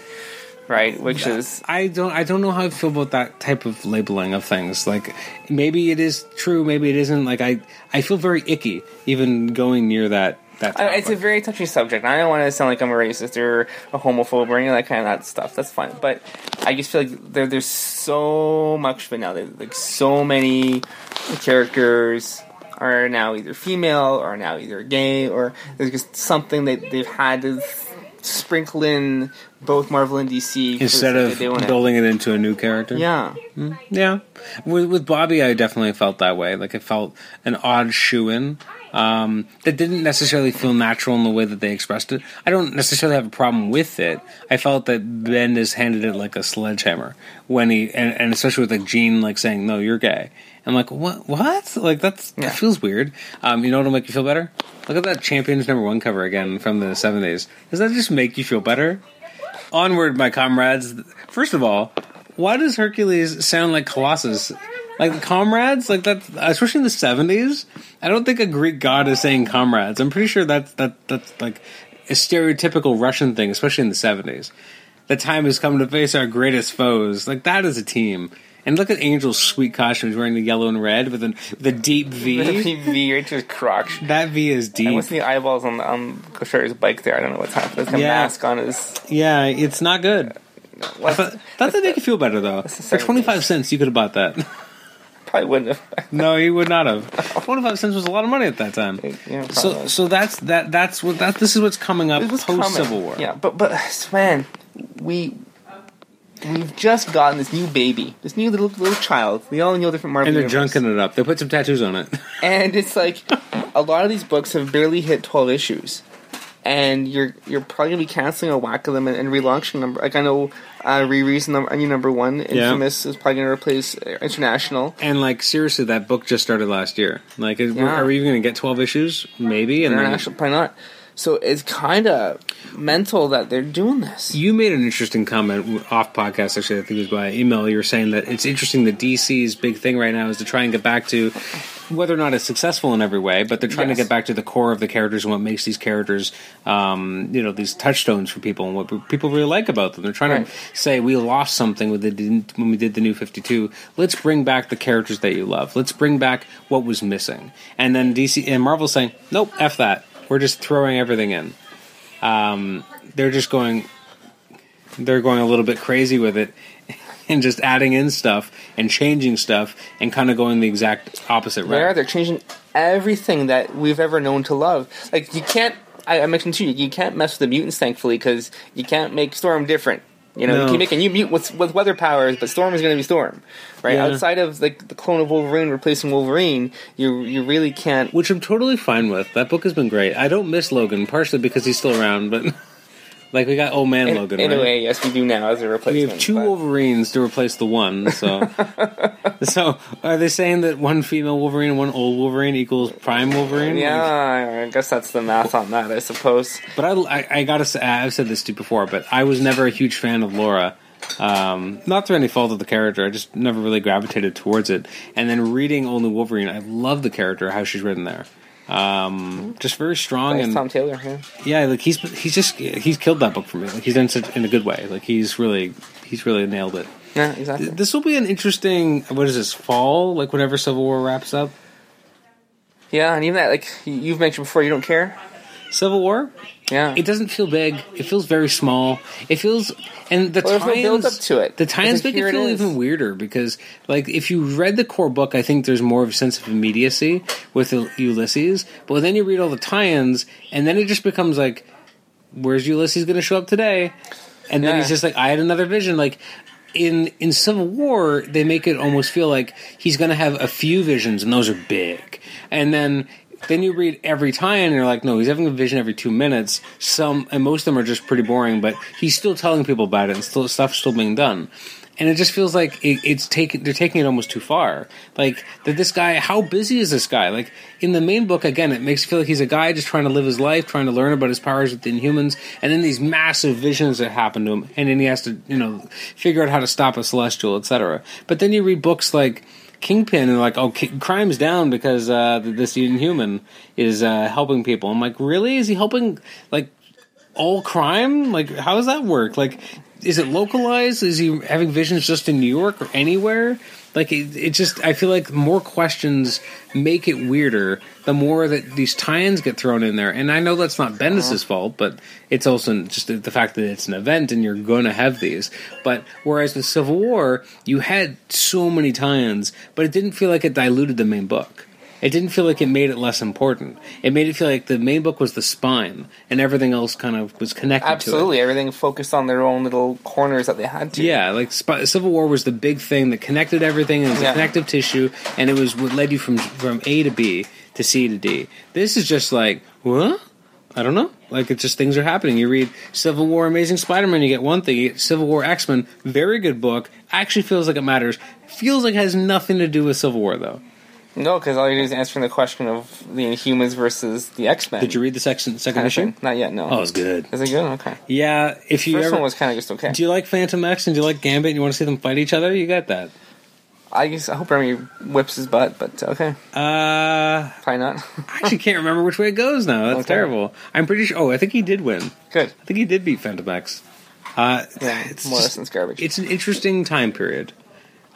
S2: right? Which is
S1: I don't. I don't know how I feel about that type of labeling of things. Like maybe it is true, maybe it isn't. Like I, I feel very icky even going near that. That
S2: I- it's a
S1: topic.
S2: very touchy subject. and I don't want to sound like I'm a racist or a homophobe or any of that kind of that stuff. That's fine. But I just feel like there, there's so much of it now. There- Like so many characters are now either female or now either gay or there's just something that they've had to sprinkle in both Marvel and DC for the
S1: instead
S2: sake
S1: of
S2: that they wanna-
S1: building it into a new character.
S2: Yeah.
S1: yeah. With, with Bobby, I definitely felt that way. Like it felt an odd shoe in um, that didn't necessarily feel natural in the way that they expressed it. I don't necessarily have a problem with it. I felt that Bendis handed it like a sledgehammer when he, and, and especially with like Gene, like saying, "No, you're gay." I'm like, what? What? Like that's
S2: Yeah.
S1: that feels weird. Um, you know what'll make you feel better? Look at that Champions number one cover again from the '70s. Does that just make you feel better? Onward, my comrades. First of all, why does Hercules sound like Colossus? Like comrades, like that, especially in the seventies. I don't think a Greek god is saying comrades. I'm pretty sure that's that that's like a stereotypical Russian thing, especially in the seventies. The time has come to face our greatest foes. Like that is a team. And look at Angel's sweet costume. He's wearing the yellow and red with an with a deep V.
S2: V Rachel's crotch.
S1: that V is
S2: And
S1: deep.
S2: what's the eyeballs on on Kosher's bike there? I don't know what's happening. There's a
S1: Yeah.
S2: mask on his.
S1: Yeah, it's not good. But that would make you feel better though.
S2: the
S1: For
S2: 70s.
S1: twenty five cents, you could have bought that.
S2: Probably wouldn't have.
S1: No, he would not have. Twenty five cents was a lot of money at that time.
S2: Yeah,
S1: So,
S2: probably.
S1: so that's that. That's what that. This is what's coming up
S2: It was
S1: post
S2: coming.
S1: Civil War.
S2: Yeah, but but man, we we've just gotten this new baby, this new little little child. They all know different Marvel.
S1: and they're
S2: universe.
S1: junking it up. They put some tattoos on it.
S2: And it's like a lot of these books have barely hit twelve issues, and you're you're probably gonna be canceling a whack of them and, and relaunching them. Like I know uh, Riri's number, I mean number one,
S1: Yeah.
S2: Infamous is probably gonna replace uh, International.
S1: and like seriously, that book just started last year. Like, is-
S2: Yeah.
S1: are we even going to get twelve issues? Maybe. And then
S2: International probably not. So it's kind of mental that they're doing this.
S1: you made an interesting comment off podcast. Actually, I think it was by email. You were saying that it's interesting that DC's big thing right now is to try and get back to. Whether or not it's successful in every way, but they're trying
S2: Yes.
S1: to get back to the core of the characters and what makes these characters, um, you know, these touchstones for people and what people really like about them. They're trying
S2: Right.
S1: to say we lost something when, they didn't, when we did the new 52 let's bring back the characters that you love let's bring back what was missing and then dc and marvel saying nope f that we're just throwing everything in um, they're just going they're going a little bit crazy with it and just adding in stuff and changing stuff and kind of going the exact opposite
S2: They are.
S1: route
S2: They're changing everything that we've ever known to love. Like you can't. I, I mentioned to you, you can't mess with the mutants, thankfully, because you can't make Storm different. You know,
S1: No.
S2: you can make a new mutant with, with weather powers, but Storm is going to be Storm, right?
S1: Yeah.
S2: Outside of like the clone of Wolverine replacing Wolverine, you you really can't.
S1: which i'm totally fine with that book has been great i don't miss logan partially because he's still around but like we got old man
S2: In,
S1: logan
S2: in
S1: right?
S2: a way, yes, we do now as a
S1: We
S2: replacement.
S1: have two
S2: but-
S1: Wolverines to replace the one. So, so are they saying that one female Wolverine and one old Wolverine equals Prime Wolverine? Like,
S2: Yeah, I guess that's the math on that, I suppose.
S1: but I, I, I gotta say, I've said this to you before, but I was never a huge fan of Laura. Um, not through any fault of the character, I just never really gravitated towards it. And then reading Old New Wolverine, I love the character how she's written there. Um, just very strong
S2: It's
S1: and
S2: Tom Taylor here.
S1: yeah, like he's he's just he's killed that book for me. Like he's done such in a good way. Like he's really he's really nailed it.
S2: Yeah, exactly.
S1: This will be an interesting. What is this fall? Like whenever Civil War wraps up,
S2: Yeah, and even that, like you've mentioned before, you don't care.
S1: Civil War.
S2: Yeah.
S1: It doesn't feel big. It feels very small. It feels and the
S2: Well, there's no
S1: tie-ins
S2: build-up to it.
S1: The
S2: It's
S1: tie-ins
S2: like,
S1: make
S2: here
S1: it
S2: it
S1: feel
S2: is.
S1: even weirder because, like, if you read the core book, I think there's more of a sense of immediacy with U- Ulysses. But then you read all the tie-ins, and then it just becomes like, where's Ulysses going to show up today? And then
S2: Yeah.
S1: he's just like, I had another vision. Like in in Civil War, they make it almost feel like he's going to have a few visions, and those are big. And then then you read every tie and you're like, no, he's having a vision every two minutes. Some and most of them are just pretty boring, but he's still telling people about it, and still stuff's still being done. And it just feels like it, it's taking they're taking it almost too far. Like that this guy, how busy is this guy? Like in the main book, again, it makes you feel like he's a guy just trying to live his life, trying to learn about his powers within humans, and then these massive visions that happen to him, and then he has to you know figure out how to stop a celestial, etc. But then you read books like. Kingpin and like oh ki- crime's down because uh, this inhuman is uh, helping people. I'm like really is he helping like all crime? Like, how does that work? Like, is it localized? Is he having visions just in New York or anywhere? Like, it, it just, I feel like more questions make it weirder the more that these tie ins get thrown in there. And I know that's not Bendis' fault, but it's also just the fact that it's an event and you're going to have these. But whereas with Civil War, you had so many tie ins, but it didn't feel like it diluted the main book. It didn't feel like it made it less important. It made it feel like the main book was the spine, and everything else kind of was connected
S2: Absolutely, everything focused on their own little corners that they had
S1: to
S2: to.
S1: it. Yeah, like Sp- Civil War was the big thing that connected everything, and it was
S2: Yeah.
S1: a connective tissue, and it was what led you from from A to B to C to D. This is just like, what? I don't know. Like it's just things are happening. You read Civil War, Amazing Spider-Man, you get one thing. You get Civil War, X-Men, very good book. Actually, feels like it matters. Feels like it has nothing to do with Civil War though.
S2: No, because all you're doing is answering the question of the Inhumans versus the X Men.
S1: Did you read the second second issue?
S2: Not yet. No.
S1: Oh, it's good.
S2: Is it good? Okay.
S1: Yeah, if you
S2: First
S1: ever
S2: one was kind of just okay.
S1: Do you like Phantom X and do you like Gambit and you want to see them fight each other? You got that.
S2: I guess I hope Remy whips his butt, but okay,
S1: Uh, I
S2: probably not.
S1: actually can't remember which way it goes now. That's
S2: Okay.
S1: terrible. I'm pretty sure. Oh, I think he did win.
S2: Good.
S1: I think he did beat Phantom X. Uh,
S2: Yeah,
S1: it's
S2: Morrison's
S1: just-
S2: garbage.
S1: It's an interesting time period.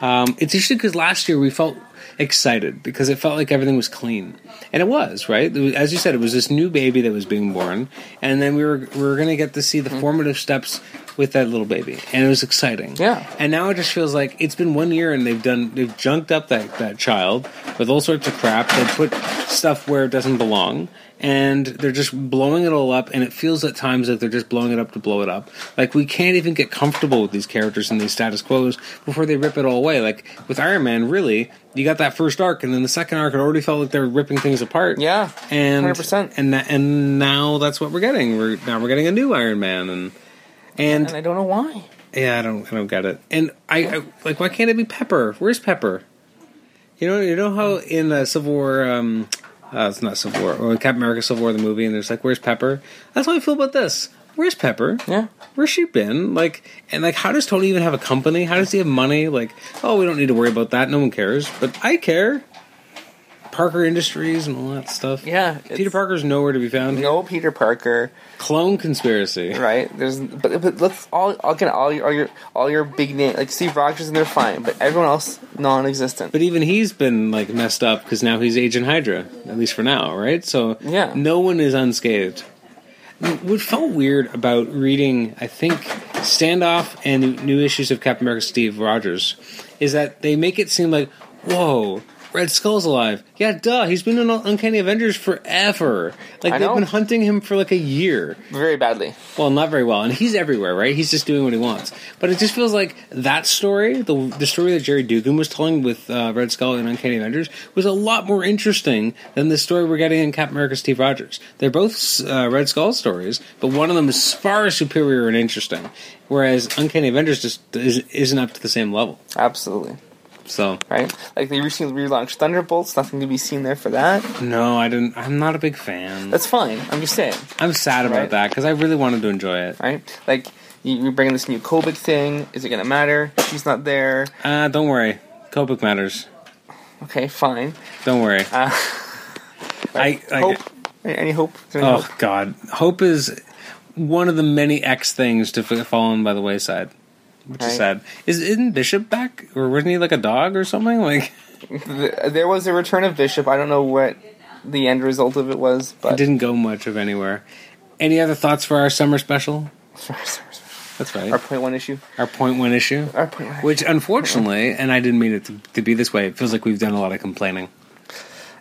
S1: Um, it's interesting because last year we felt excited because it felt like everything was clean, and it was right. It was- As you said, it was this new baby that was being born, and then we were we were going to get to see
S2: Mm-hmm.
S1: the formative steps with that little baby, and it was exciting.
S2: Yeah.
S1: And now it just feels like it's been one year, and they've done they've junked up that that child with all sorts of crap. They put stuff where it doesn't belong, and they're just blowing it all up. And it feels at times like they're just blowing it up to blow it up. Like we can't even get comfortable with these characters and these status quos before they rip it all away. Like with Iron Man, really, you got that first arc, and then the second arc, it already felt like they were ripping things apart.
S2: Yeah,
S1: and
S2: 100%.
S1: and tha- and now that's what we're getting. We're now we're getting a new Iron Man, and and
S2: And I don't know why.
S1: yeah, I don't, I don't get it. And I, I like, why can't it be Pepper? Where's Pepper? You know, you know how in uh, Civil War, um, uh, it's not Civil War, or Captain America: Civil War, the movie, and there's like, where's Pepper? That's how I feel about this. Where's Pepper?
S2: Yeah.
S1: where's she been? Like, and like, how does Tony even have a company? How does he have money? Like, oh, we don't need to worry about that. No one cares, but I care. Parker Industries and all that stuff.
S2: Yeah,
S1: Peter
S2: it's-
S1: Parker's nowhere to be found.
S2: No Peter Parker,
S1: Clone conspiracy.
S2: right? There's, but but let's all again all your all your, all your big name like Steve Rogers and they're fine, but everyone else non-existent.
S1: But even he's been like messed up because now he's Agent Hydra, at least for now, right? So
S2: Yeah.
S1: no one is unscathed. What felt weird about reading, I think, Standoff and new issues of Captain America Steve Rogers is that they make it seem like, whoa, Red Skull's alive. Yeah, duh, he's been in Uncanny Avengers forever. Like,
S2: I
S1: they've
S2: know.
S1: been hunting him for like a year.
S2: Very badly.
S1: Well, not very well, and he's everywhere, right? He's just doing what he wants. But it just feels like that story, the the story that Jerry Dugan was telling with uh, Red Skull and Uncanny Avengers, was a lot more interesting than the story we're getting in Captain America: Steve Rogers. They're both uh, Red Skull stories, but one of them is far superior and interesting, whereas Uncanny Avengers just is, isn't up to the same level.
S2: Absolutely.
S1: So,
S2: Right? Like they recently relaunched Thunderbolts. Nothing to be seen there for that.
S1: no, I didn't. I'm not a big fan.
S2: That's fine. I'm just saying.
S1: I'm sad about
S2: Right.
S1: that because I really wanted to enjoy it.
S2: Right? Like you, you're bringing this new Kobic thing. Is it gonna matter? She's not there.
S1: Uh, don't worry, Copic matters.
S2: Okay, fine.
S1: Don't worry.
S2: Uh,
S1: I, I
S2: hope. Any any hope? Is there any
S1: Oh
S2: hope?
S1: God, hope is one of the many X things to f- fallen by the wayside, which is
S2: Right.
S1: sad. Is isn't Bishop back, or wasn't he like a dog or something? Like
S2: Th- There was a return of Bishop. I don't know what the end result of it was,
S1: it
S2: but
S1: didn't go much of anywhere. Any other thoughts for our summer special? That's
S2: Our
S1: right.
S2: point one issue.
S1: Our point one issue,
S2: Our point one.
S1: which unfortunately, and I didn't mean it to, to be this way. It feels like we've done a lot of complaining.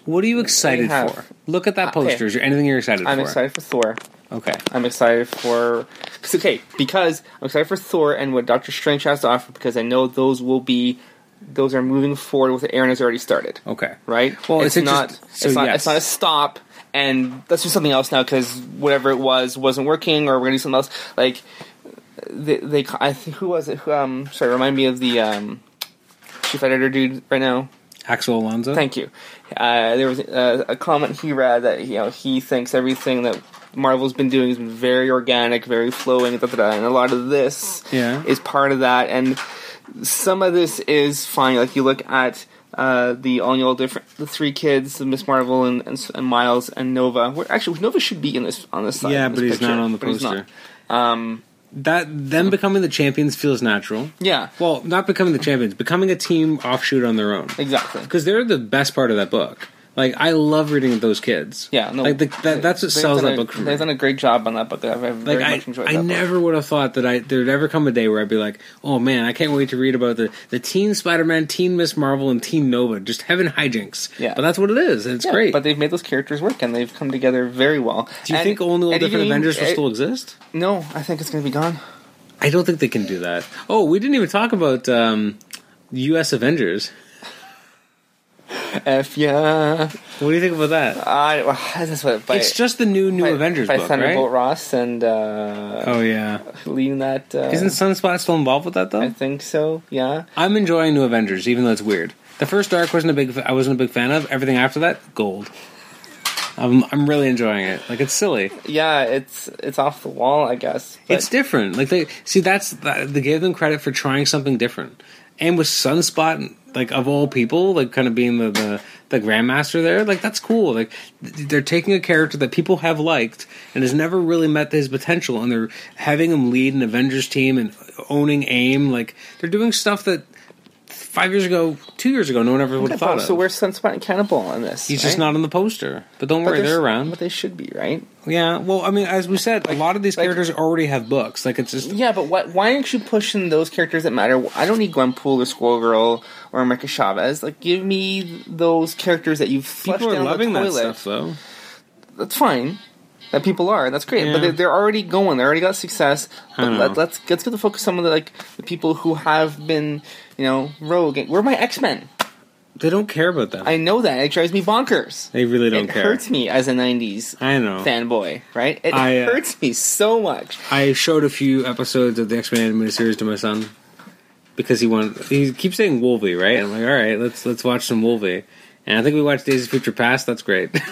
S1: What are you excited
S2: have-
S1: for? Look at that
S2: Okay.
S1: poster. Is there anything you're excited
S2: I'm
S1: for?
S2: excited for Thor.
S1: Okay.
S2: I'm excited for it's okay because I'm excited for Thor and what Doctor Strange has to offer because I know those will be those are moving forward with what Aaron has already started.
S1: Okay.
S2: Right?
S1: Well, it's
S2: not
S1: interest-
S2: it's
S1: so
S2: not
S1: yes.
S2: it's not a stop and let's do something else now because whatever it was wasn't working or we're gonna do something else like they, they ca- I think who was it who, um sorry remind me of the um chief editor dude right now
S1: Axel Alonso.
S2: Thank you. Uh, there was uh, a comment he read that you know he thinks everything that Marvel's been doing has been very organic, very flowing, da, da, da, and a lot of this
S1: Yeah.
S2: is part of that, and some of this is fine. Like you look at uh, the all all different the three kids, Miss Marvel and, and, S- and Miles and Nova. Where actually Nova should be in this on this side.
S1: yeah,
S2: in this
S1: but he's
S2: picture,
S1: not on the
S2: but he's
S1: poster.
S2: not. Um,
S1: That them becoming the champions feels natural.
S2: yeah,
S1: Well, not becoming the champions, becoming a team offshoot on their own.
S2: exactly.
S1: because they're the best part of that book. Like I love reading those kids.
S2: Yeah, no,
S1: like the, that, that's what
S2: They've
S1: sells
S2: done
S1: that
S2: a-
S1: book for me.
S2: They've done a great job on that book. I've, I've
S1: Like
S2: very
S1: I,
S2: much enjoyed
S1: I
S2: that book.
S1: never would have thought that I there'd ever come a day where I'd be like, oh man, I can't wait to read about the the Teen Spider Man, Teen Miss Marvel, and Teen Nova, just having hijinks.
S2: Yeah.
S1: but that's what it is. and It's
S2: Yeah,
S1: great.
S2: But they've made those characters work, and they've come together very well.
S1: Do you
S2: And-
S1: think only all
S2: and
S1: different
S2: even-
S1: Avengers will
S2: eh,
S1: still exist?
S2: No, I think it's going to be gone.
S1: I don't think they can do that. Oh, we didn't even talk about um, U.S. Avengers.
S2: F yeah.
S1: What do you think about that?
S2: I, well, that's what. By,
S1: it's just the new New
S2: by,
S1: Avengers
S2: by
S1: book,
S2: Thunderbolt
S1: right?
S2: Ross and uh,
S1: Oh yeah.
S2: leading that. Uh,
S1: Isn't Sunspot still involved with that though?
S2: I think so. Yeah.
S1: I'm enjoying New Avengers, even though it's weird. The first arc wasn't a big I wasn't a big fan of. Everything after that, gold. I'm I'm really enjoying it. Like it's silly.
S2: Yeah, it's it's off the wall, I guess. but-
S1: It's different. Like they see that's they gave them credit for trying something different. And with Sunspot, like of all people, like kind of being the the, the grandmaster there, like that's cool. Like th- they're taking a character that people have liked and has never really met his potential, and they're having him lead an Avengers team and owning AIM. Like they're doing stuff that five years ago, two years ago, no one ever would have thought
S2: so
S1: of.
S2: where's Sunspot and Cannibal on this?
S1: He's just
S2: right?
S1: not on the poster, but don't
S2: But
S1: worry,
S2: there's-
S1: they're around.
S2: But they should be, right?
S1: Yeah, well, I mean, as we said, a lot of these
S2: like-
S1: characters already have books. Like it's just
S2: Yeah, but why, why aren't you pushing those characters that matter? I don't need Gwenpool or Squirrel or America Chavez. Like, give me those characters that you've flushed
S1: people are
S2: down
S1: loving
S2: the
S1: that
S2: toilet.
S1: stuff though.
S2: That's fine. That people are. That's great. But
S1: Yeah.
S2: they're, they're already going. They already got success.
S1: I
S2: Let,
S1: know.
S2: let, let's let's get the focus on the like the people who have been, you know, rogue. Where are my X Men?
S1: They don't care about that.
S2: I know that it drives me bonkers.
S1: they really don't
S2: it
S1: care.
S2: hurts me as a '90s
S1: I know.
S2: fanboy. Right? It
S1: I, uh,
S2: hurts me so much.
S1: I showed a few episodes of the X Men animated series to my son because he wanted. He keeps saying Wolvie, right? And I'm like, all right, let's let's watch some Wolvie. And I think we watched Days of Future Past. That's great.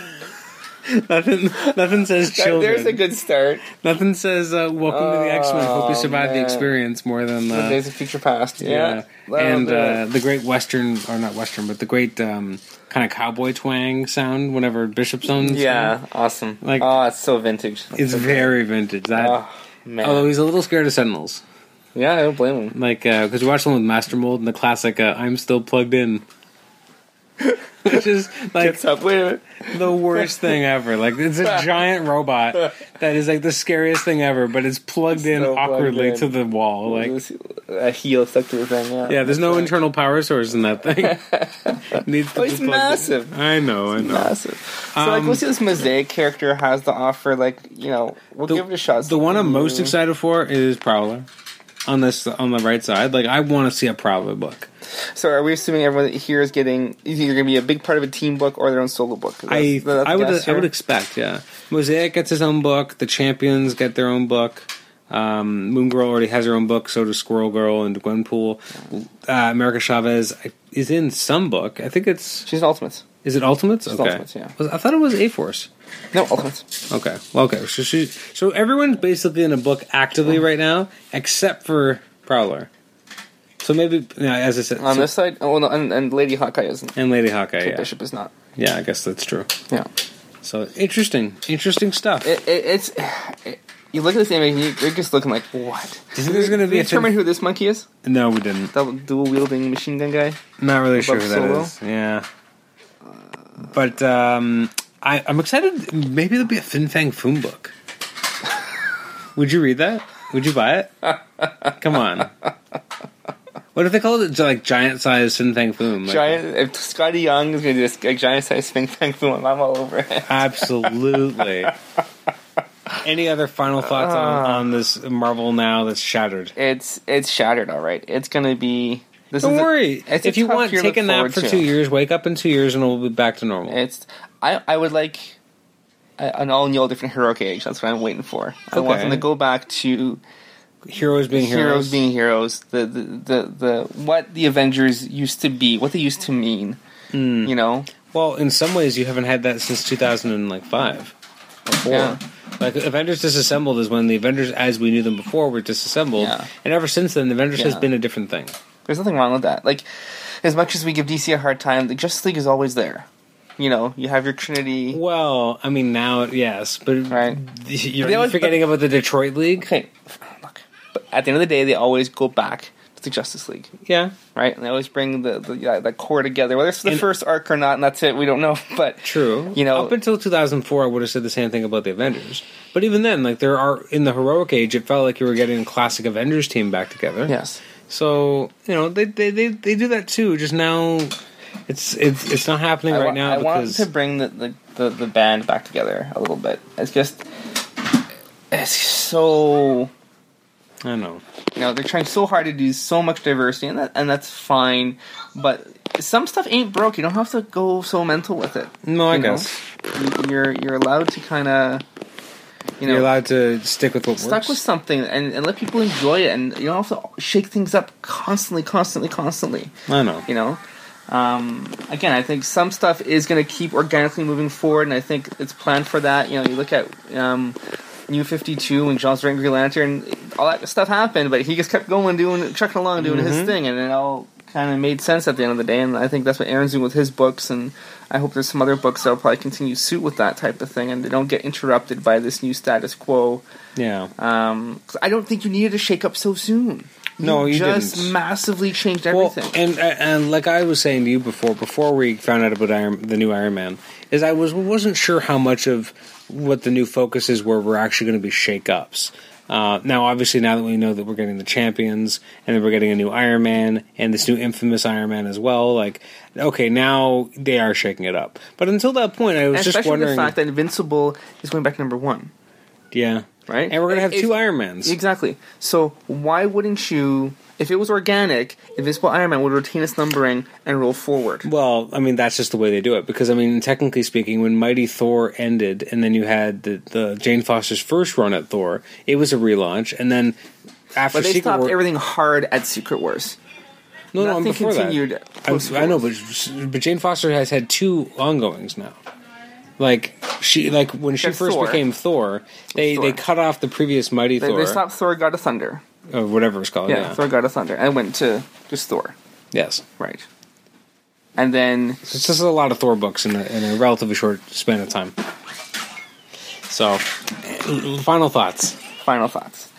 S1: nothing nothing says
S2: There-
S1: children.
S2: There's a good start.
S1: nothing says uh, welcome to the X Men. Hope you
S2: Oh,
S1: survive the
S2: man.
S1: experience more than
S2: The
S1: uh,
S2: Days of Future Past. Yeah.
S1: Yeah. And
S2: Love
S1: uh,
S2: it.
S1: the great Western, or not Western, but the great um, kind of cowboy twang sound whenever Bishop sounds.
S2: yeah, awesome.
S1: Like-
S2: oh, it's so vintage.
S1: It's very vintage. That.
S2: oh man.
S1: Although he's a little scared of Sentinels.
S2: yeah, I don't blame him.
S1: Like, uh, because we watched one with Master Mold and the classic uh, I'm Still Plugged In. Which is like
S2: Gets up. Wait a minute.
S1: the worst thing ever. Like, it's a giant robot that is like the scariest thing ever, but it's plugged in
S2: So plugged
S1: awkwardly
S2: in.
S1: to the wall. Like,
S2: It was a heel stuck to the thing. Yeah.
S1: yeah, there's no internal power source in that thing. Needs to
S2: But
S1: be plugged
S2: it's
S1: in.
S2: massive.
S1: I know, I know.
S2: Massive. So
S1: Um,
S2: like, we'll see what this mosaic character has to offer. Like, you know, we'll give it a shot.
S1: The one I'm most
S2: Mm.
S1: excited for is Prowler. On this, on the right side, like I want to see a Prowler book.
S2: So, are we assuming everyone here is getting is either going to be a big part of a team book or their own solo book? That's-
S1: I
S2: that's
S1: I would
S2: guess
S1: I
S2: here.
S1: would expect, yeah. Mosaic gets his own book. The Champions get their own book. Um, Moon Girl already has her own book. So does Squirrel Girl and Gwenpool. Uh, America Chavez is in some book. I think it's
S2: She's an Ultimates.
S1: is it Ultimates? Okay,
S2: Ultimates, yeah.
S1: Was- I thought it was A Force.
S2: No Ultimates.
S1: Okay. Well, okay. So she, so everyone's basically in a book actively right now, except for Prowler. So maybe yeah, as I said,
S2: On
S1: so-
S2: this side, oh no, and, and Lady Hawkeye isn't.
S1: and Lady Hawkeye. Yeah.
S2: Bishop is not.
S1: yeah, I guess that's true.
S2: Yeah.
S1: So interesting, interesting stuff.
S2: it, it, it's it, you look at this image and you- you're just looking like what?
S1: you think there's gonna
S2: Did
S1: be
S2: we
S1: a
S2: determine
S1: thing-
S2: who this monkey is?
S1: no, we didn't.
S2: Double dual wielding machine gun guy.
S1: Not really sure who that
S2: Solo?
S1: is. Yeah. But um, I, I'm excited. Maybe there'll be a Fin Fang Foom book. Would you read that? Would you buy it? Come on. What if they called it like giant sized Sin Fang Foom? Like,
S2: Giant. If Scotty Young is going to do this, like, giant size Spink Fang Boom, I'm all over it.
S1: Absolutely. Any other final thoughts on,
S2: Ah.
S1: on this Marvel now that's shattered?
S2: It's it's shattered. All right. It's going to be. This
S1: Don't
S2: is a-
S1: worry.
S2: it's a
S1: if you
S2: tough
S1: want,
S2: year to
S1: take a
S2: look
S1: nap
S2: forward
S1: for
S2: to.
S1: two years, wake up in two years, and we'll be back to normal.
S2: It's I I would like a- an all new all different hero cage. That's what I'm waiting for. I want
S1: Okay.
S2: them to go back to
S1: heroes being
S2: heroes,
S1: heroes.
S2: being heroes. The, the the the what the Avengers used to be, what they used to mean.
S1: Hmm.
S2: You know,
S1: well, in some ways, you haven't had that since 2005. Before.
S2: Yeah.
S1: Like Avengers Disassembled is when the Avengers, as we knew them before, were disassembled,
S2: Yeah.
S1: and ever since then, the Avengers has
S2: Yeah.
S1: been a different thing.
S2: there's nothing wrong with that. Like, as much as we give DC a hard time, the Justice League is always there. You know, you have your Trinity.
S1: Well, I mean now, yes, but
S2: Right.
S1: you're,
S2: They
S1: you're
S2: always-
S1: forgetting about the Detroit League.
S2: Okay, look. But at the end of the day, they always go back to the Justice League.
S1: Yeah,
S2: right? And they always bring the the, yeah, the core together, whether it's the
S1: And-
S2: first arc or not, and that's it. We don't know, but
S1: true.
S2: You know-
S1: up until 2004, I would have said the same thing about the Avengers. But even then, like there are in the heroic age, it felt like you were getting a classic Avengers team back together.
S2: yes,
S1: So you know they they, they, they do that too. Just now, it's it's it's not happening
S2: I,
S1: right
S2: wa-
S1: now
S2: I want
S1: because
S2: to bring the, the, the, the band back together a little bit. It's just it's so
S1: I don't know.
S2: you know they're trying so hard to do so much diversity, and that and that's fine, but some stuff ain't broke. You don't have to go so mental with it.
S1: No, I
S2: you know?
S1: guess
S2: You- you're you're allowed to kind of you know
S1: you're allowed to stick with what
S2: stuck
S1: works.
S2: with something and, and let people enjoy it and you don't have to shake things up constantly constantly constantly
S1: I know.
S2: you know um, again i think some stuff is going to keep organically moving forward and i think it's planned for that you know you look at um, new 52 and john's writing green lantern all that stuff happened but he just kept going doing chucking along doing his
S1: Mm-hmm.
S2: thing and it all kind of made sense at the end of the day and i think that's what aaron's doing with his books and i hope there's some other books that'll probably continue suit with that type of thing and they don't get interrupted by this new status quo
S1: Yeah.
S2: um, 'cause I don't think you needed to shake up so soon.
S1: No, you
S2: just
S1: didn't.
S2: massively changed
S1: Well,
S2: everything.
S1: and and like I was saying to you before, before we found out about Iron, the new Iron Man, is I was wasn't sure how much of what the new focuses were were actually going to be shakeups. Uh, now, obviously, now that we know that we're getting the champions and that we're getting a new Iron Man and this new infamous Iron Man as well, like okay, now they are shaking it up. But until that point, I was
S2: And
S1: just
S2: especially
S1: wondering,
S2: the fact that Invincible is going back to number one,
S1: yeah,
S2: right?
S1: And we're gonna have
S2: If-
S1: two Iron Mans.
S2: Exactly. So why wouldn't you? If it was organic, Invincible Iron Man would retain its numbering and roll forward.
S1: Well, I mean that's just the way they do it because I mean technically speaking, when Mighty Thor ended, and then you had the, the Jane Foster's first run at Thor, it was a relaunch, and then after
S2: But they
S1: Secret
S2: stopped
S1: War,
S2: everything hard at Secret Wars.
S1: no, no, I'm
S2: nothing
S1: before
S2: continued
S1: that. I'm-
S2: post-Secret
S1: I know, but but Jane Foster has had two ongoings now. Like she, like when she
S2: Yeah,
S1: first
S2: Thor.
S1: became Thor, they
S2: Thor.
S1: they cut off the previous Mighty
S2: They,
S1: Thor
S2: they stopped Thor God of Thunder.
S1: or whatever it's called.
S2: Yeah,
S1: Yeah,
S2: Thor God of Thunder, and went to just Thor,
S1: yes.
S2: right? And then
S1: It's just a lot of Thor books in a, in a relatively short span of time. So, final thoughts.
S2: final thoughts.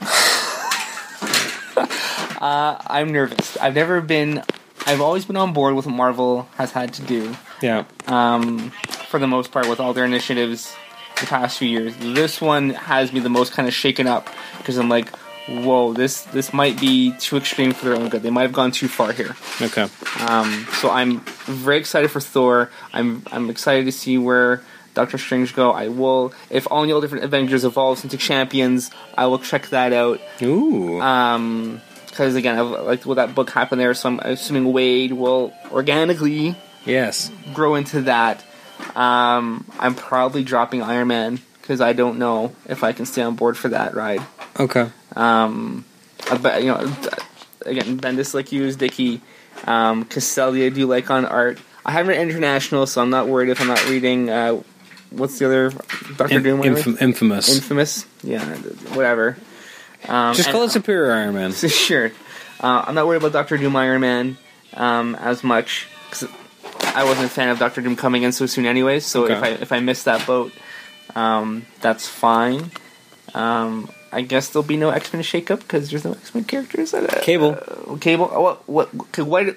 S2: uh, I'm nervous. I've never been. I've always been on board with what Marvel has had to do,
S1: Yeah.
S2: um, for the most part, with all their initiatives the past few years. This one has me the most kind of shaken up because I'm like, whoa, this this might be too extreme for their own good. They might have gone too far here.
S1: Okay.
S2: Um, so I'm very excited for Thor. I'm I'm excited to see where Doctor Strange go. I will if all the other different Avengers evolves into champions. I will check that out.
S1: Ooh.
S2: Um, because again, I like what that book happened there. So I'm assuming Wade will organically
S1: yes.
S2: grow into that. Um, I'm probably dropping Iron Man because I don't know if I can stay on board for that ride.
S1: Okay.
S2: Um, uh, but you know, th- again, Bendis like you is Dicky. Um, Casselia do you like on art. I haven't read international, so I'm not worried if I'm not reading. Uh, what's the other Doctor Doom? whatever?
S1: Infam- infamous.
S2: Infamous, yeah, whatever. Um,
S1: Just call
S2: and-
S1: it Superior Iron Man.
S2: sure. Uh, I'm not worried about Doctor Doom Iron Man um, as much because I wasn't a fan of Doctor Doom coming in so soon, anyway. So if I
S1: Okay.
S2: if I miss that boat, um, that's fine. Um, I guess there'll be no X Men shakeup because there's no X Men characters. That, uh,
S1: Cable.
S2: uh, Cable. What? What? 'cause Why? do-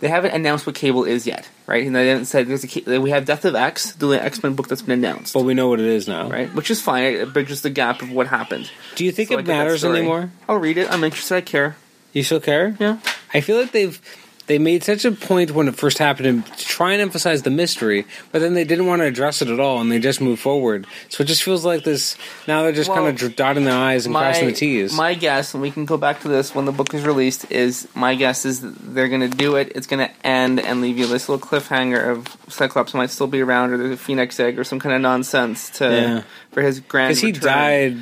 S2: they haven't announced what Cable is yet, right? And they haven't said there's a ca- we have Death of X, the X Men book that's been announced,
S1: Well, we know what it is now.
S2: right? Which is fine. It bridges the gap of what happened.
S1: Do you think
S2: So I
S1: it
S2: get that
S1: matters
S2: story.
S1: anymore?
S2: I'll read it. I'm interested. I care.
S1: You still care?
S2: Yeah.
S1: I feel like they've they made such a point when it first happened to try and emphasize the mystery, but then they didn't want to address it at all, and they just moved forward. So it just feels like this. Now they're just
S2: Well,
S1: kind of dotting their i's and crossing the t's.
S2: My guess, and we can go back to this when the book is released, is my guess is that they're going to do it. It's going to end and leave you this little cliffhanger of Cyclops might still be around, or there's a Phoenix egg, or some kind of nonsense to
S1: Yeah.
S2: for his grand.
S1: Because he
S2: return.
S1: died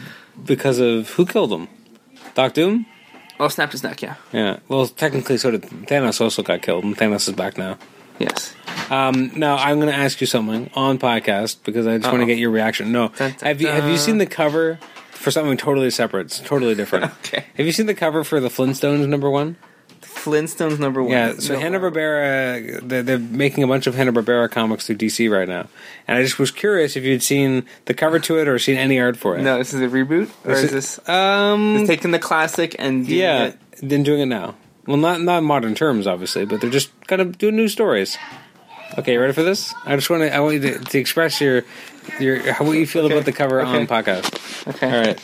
S1: because of who killed him? Doc Doom.
S2: Oh, snapped his neck. Yeah.
S1: Yeah. Well, technically, so did Thanos. Also got killed, and Thanos is back now.
S2: Yes.
S1: Um, now I'm going to ask you something on podcast because I just want to
S2: Uh-oh.
S1: get your reaction. No,
S2: Dun, dun,
S1: have you have you
S2: dun.
S1: seen the cover for something totally separate? It's totally different.
S2: Okay.
S1: Have you seen the cover for the Flintstones number one?
S2: Flintstones number one.
S1: Yeah. So
S2: No.
S1: Hanna Barbera, they're, they're making a bunch of Hanna Barbera comics through DC right now, and I just was curious if you'd seen the cover to it or seen any art for it.
S2: No, this is a reboot, or
S1: This
S2: is
S1: is-
S2: this
S1: Um.
S2: taking the classic and doing
S1: Yeah.
S2: it?
S1: Then doing it now. Well, not not in modern terms, obviously, but they're just kind of doing new stories. Okay, you ready for this? I just want to. I want you to, to express your your how you feel about the cover
S2: Okay.
S1: on podcast.
S2: Okay.
S1: All right.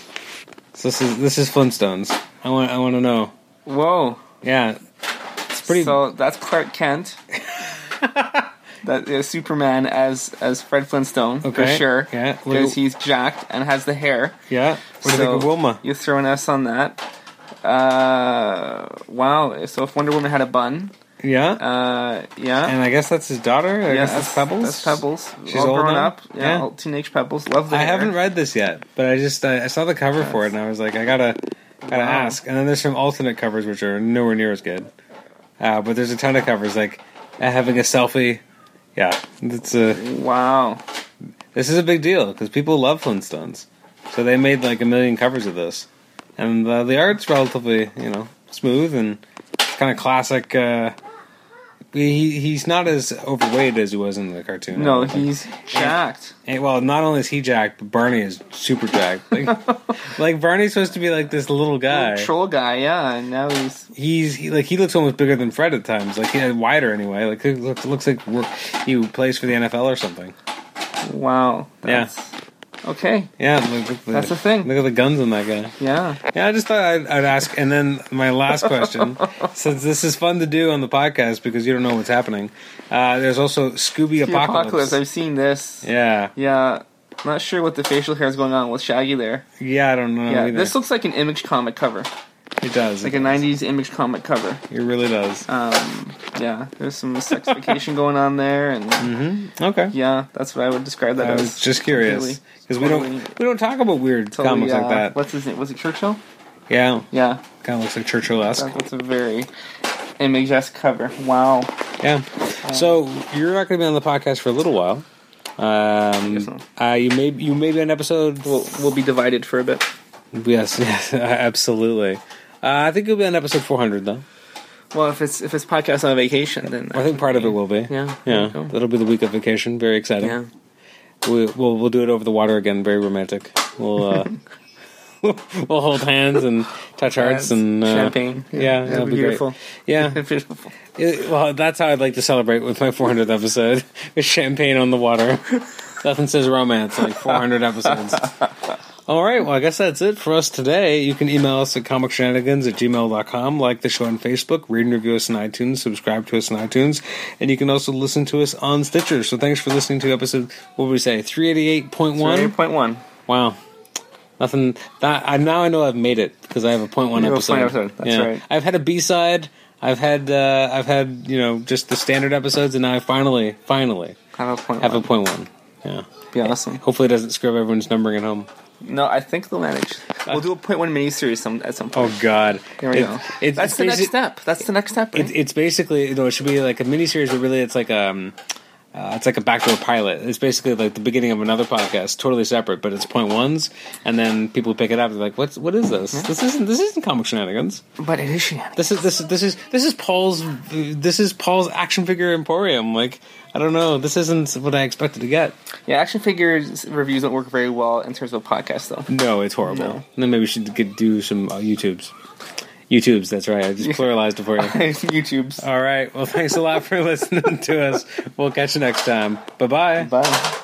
S1: So this is this is Flintstones. I want I want to know.
S2: Whoa.
S1: Yeah. It's pretty.
S2: So that's Clark Kent. that is Superman as as Fred Flintstone for
S1: Okay,
S2: sure.
S1: yeah.
S2: because he's jacked and has the hair.
S1: yeah. What do you think of Wilma?
S2: You throw an S on that. Uh, wow. So if Wonder Woman had a bun,
S1: Yeah.
S2: uh, yeah.
S1: and I guess that's his daughter. I
S2: yeah,
S1: guess that's Pebbles.
S2: That's Pebbles.
S1: She's
S2: all
S1: old
S2: grown
S1: now?
S2: up. Yeah,
S1: Yeah.
S2: all teenage Pebbles. Love the
S1: I
S2: hair.
S1: haven't read this yet, but I just I, I saw the cover for it and I was like, I gotta gotta
S2: Wow.
S1: ask. And then there's some alternate covers which are nowhere near as good. Uh, but there's a ton of covers like uh, having a selfie. Yeah, it's a
S2: Wow.
S1: this is a big deal because people love Flintstones, so they made like a million covers of this, and uh, the art's relatively you know smooth and kind of classic. Uh, he he's not as overweight as he was in the cartoon.
S2: No, he's jacked.
S1: Hey, well, not only is he jacked, but Barney is super jacked. Like, like Barney's supposed to be like this little guy.
S2: Troll guy. Yeah, and now he's
S1: He's he, like he looks almost bigger than Fred at times. Like he wider anyway. Like he looks, looks like we're- he plays for the NFL or something.
S2: wow.
S1: Yeah.
S2: That's, Okay.
S1: Yeah, look, look,
S2: That's the thing.
S1: Look at the guns on that guy.
S2: Yeah.
S1: Yeah, I just thought I'd, I'd ask. And then my last question, since this is fun to do on the podcast because you don't know what's happening. Uh, there's also Scooby
S2: The apocalypse.
S1: Apocalypse.
S2: I've seen this. Yeah.
S1: Yeah,
S2: Not sure what the facial hair is going on with Shaggy there.
S1: yeah, I don't know.
S2: yeah.
S1: either.
S2: This looks like an image comic cover.
S1: it does.
S2: Like a 90s image comic cover.
S1: it really does.
S2: Um, yeah. There's some sexification going on there. And
S1: okay.
S2: yeah, that's what I would describe that
S1: Mm. I
S2: as.
S1: was just curious
S2: Completely.
S1: because we don't
S2: Totally-
S1: we don't talk about weird
S2: Totally,
S1: comics
S2: uh,
S1: like that.
S2: What's his name? Was it Churchill?
S1: Yeah,
S2: Yeah.
S1: kind of looks like Churchill esque.
S2: That- That's a very image esque cover. Wow.
S1: Yeah.
S2: Um,
S1: So you're not going to be on the podcast for a little while.
S2: guess
S1: Um,
S2: not.
S1: uh, you may you may be on episode.
S2: We'll, we'll be divided for a bit.
S1: Yes, yes, absolutely. Uh, I think you'll be on episode 400 though.
S2: Well, if it's if it's podcast on vacation, then
S1: I think part of it will be.
S2: Yeah, there
S1: yeah.
S2: you go.
S1: That'll be the week of vacation. Very exciting.
S2: yeah.
S1: We, we'll we'll do it over the water again. Very romantic. We'll uh, we'll hold hands and touch hearts and uh,
S2: champagne.
S1: Yeah, that'll be,
S2: beautiful.
S1: Great. Yeah,
S2: Beautiful.
S1: It- well, that's how I'd like to celebrate with my 400th episode with champagne on the water. Nothing says romance like 400 episodes. All right, well, I guess that's it for us today. You can email us at comicshenanigans at gmail.com, like the show on Facebook, read and review us on iTunes, subscribe to us on iTunes, and you can also listen to us on Stitcher. So thanks for listening to episode, what would we say, 388.1?
S2: point one.
S1: Wow. Nothing that I now I know I've made it because I have a point one
S2: You have a
S1: episode.
S2: point episode, that's right.
S1: I've had a B side. I've had uh, I've had you know just the standard episodes, and now I finally finally
S2: Have a point.
S1: have a
S2: one.
S1: point one. Yeah.
S2: Be awesome.
S1: Hopefully, it doesn't screw up everyone's numbering at home.
S2: No, I think they'll manage. We'll do a point one miniseries some at some point.
S1: Oh God.
S2: There we
S1: It-
S2: go.
S1: It's,
S2: That's the next
S1: basi-
S2: step. That's the next step.
S1: It,
S2: right?
S1: it's basically you know it should be like a miniseries, but really it's like um. Uh, it's like a backdoor pilot. It's basically like the beginning of another podcast, totally separate, but it's point ones, and then people pick it up. They're like, "What's what is this? This isn't this isn't comic shenanigans."
S2: but it is shenanigans.
S1: This is this is this is this is Paul's this is Paul's action figure emporium. Like I don't know, this isn't what I expected to get.
S2: Yeah, action figures reviews don't work very well in terms of podcasts, though.
S1: No, it's horrible.
S2: No.
S1: Then maybe we should get, do some uh, YouTubes. YouTubes. That's right. I just pluralized it for you.
S2: YouTube's.
S1: Uh, All right. Well, thanks a lot for listening to us. We'll catch you next time. Bye bye.
S2: Bye.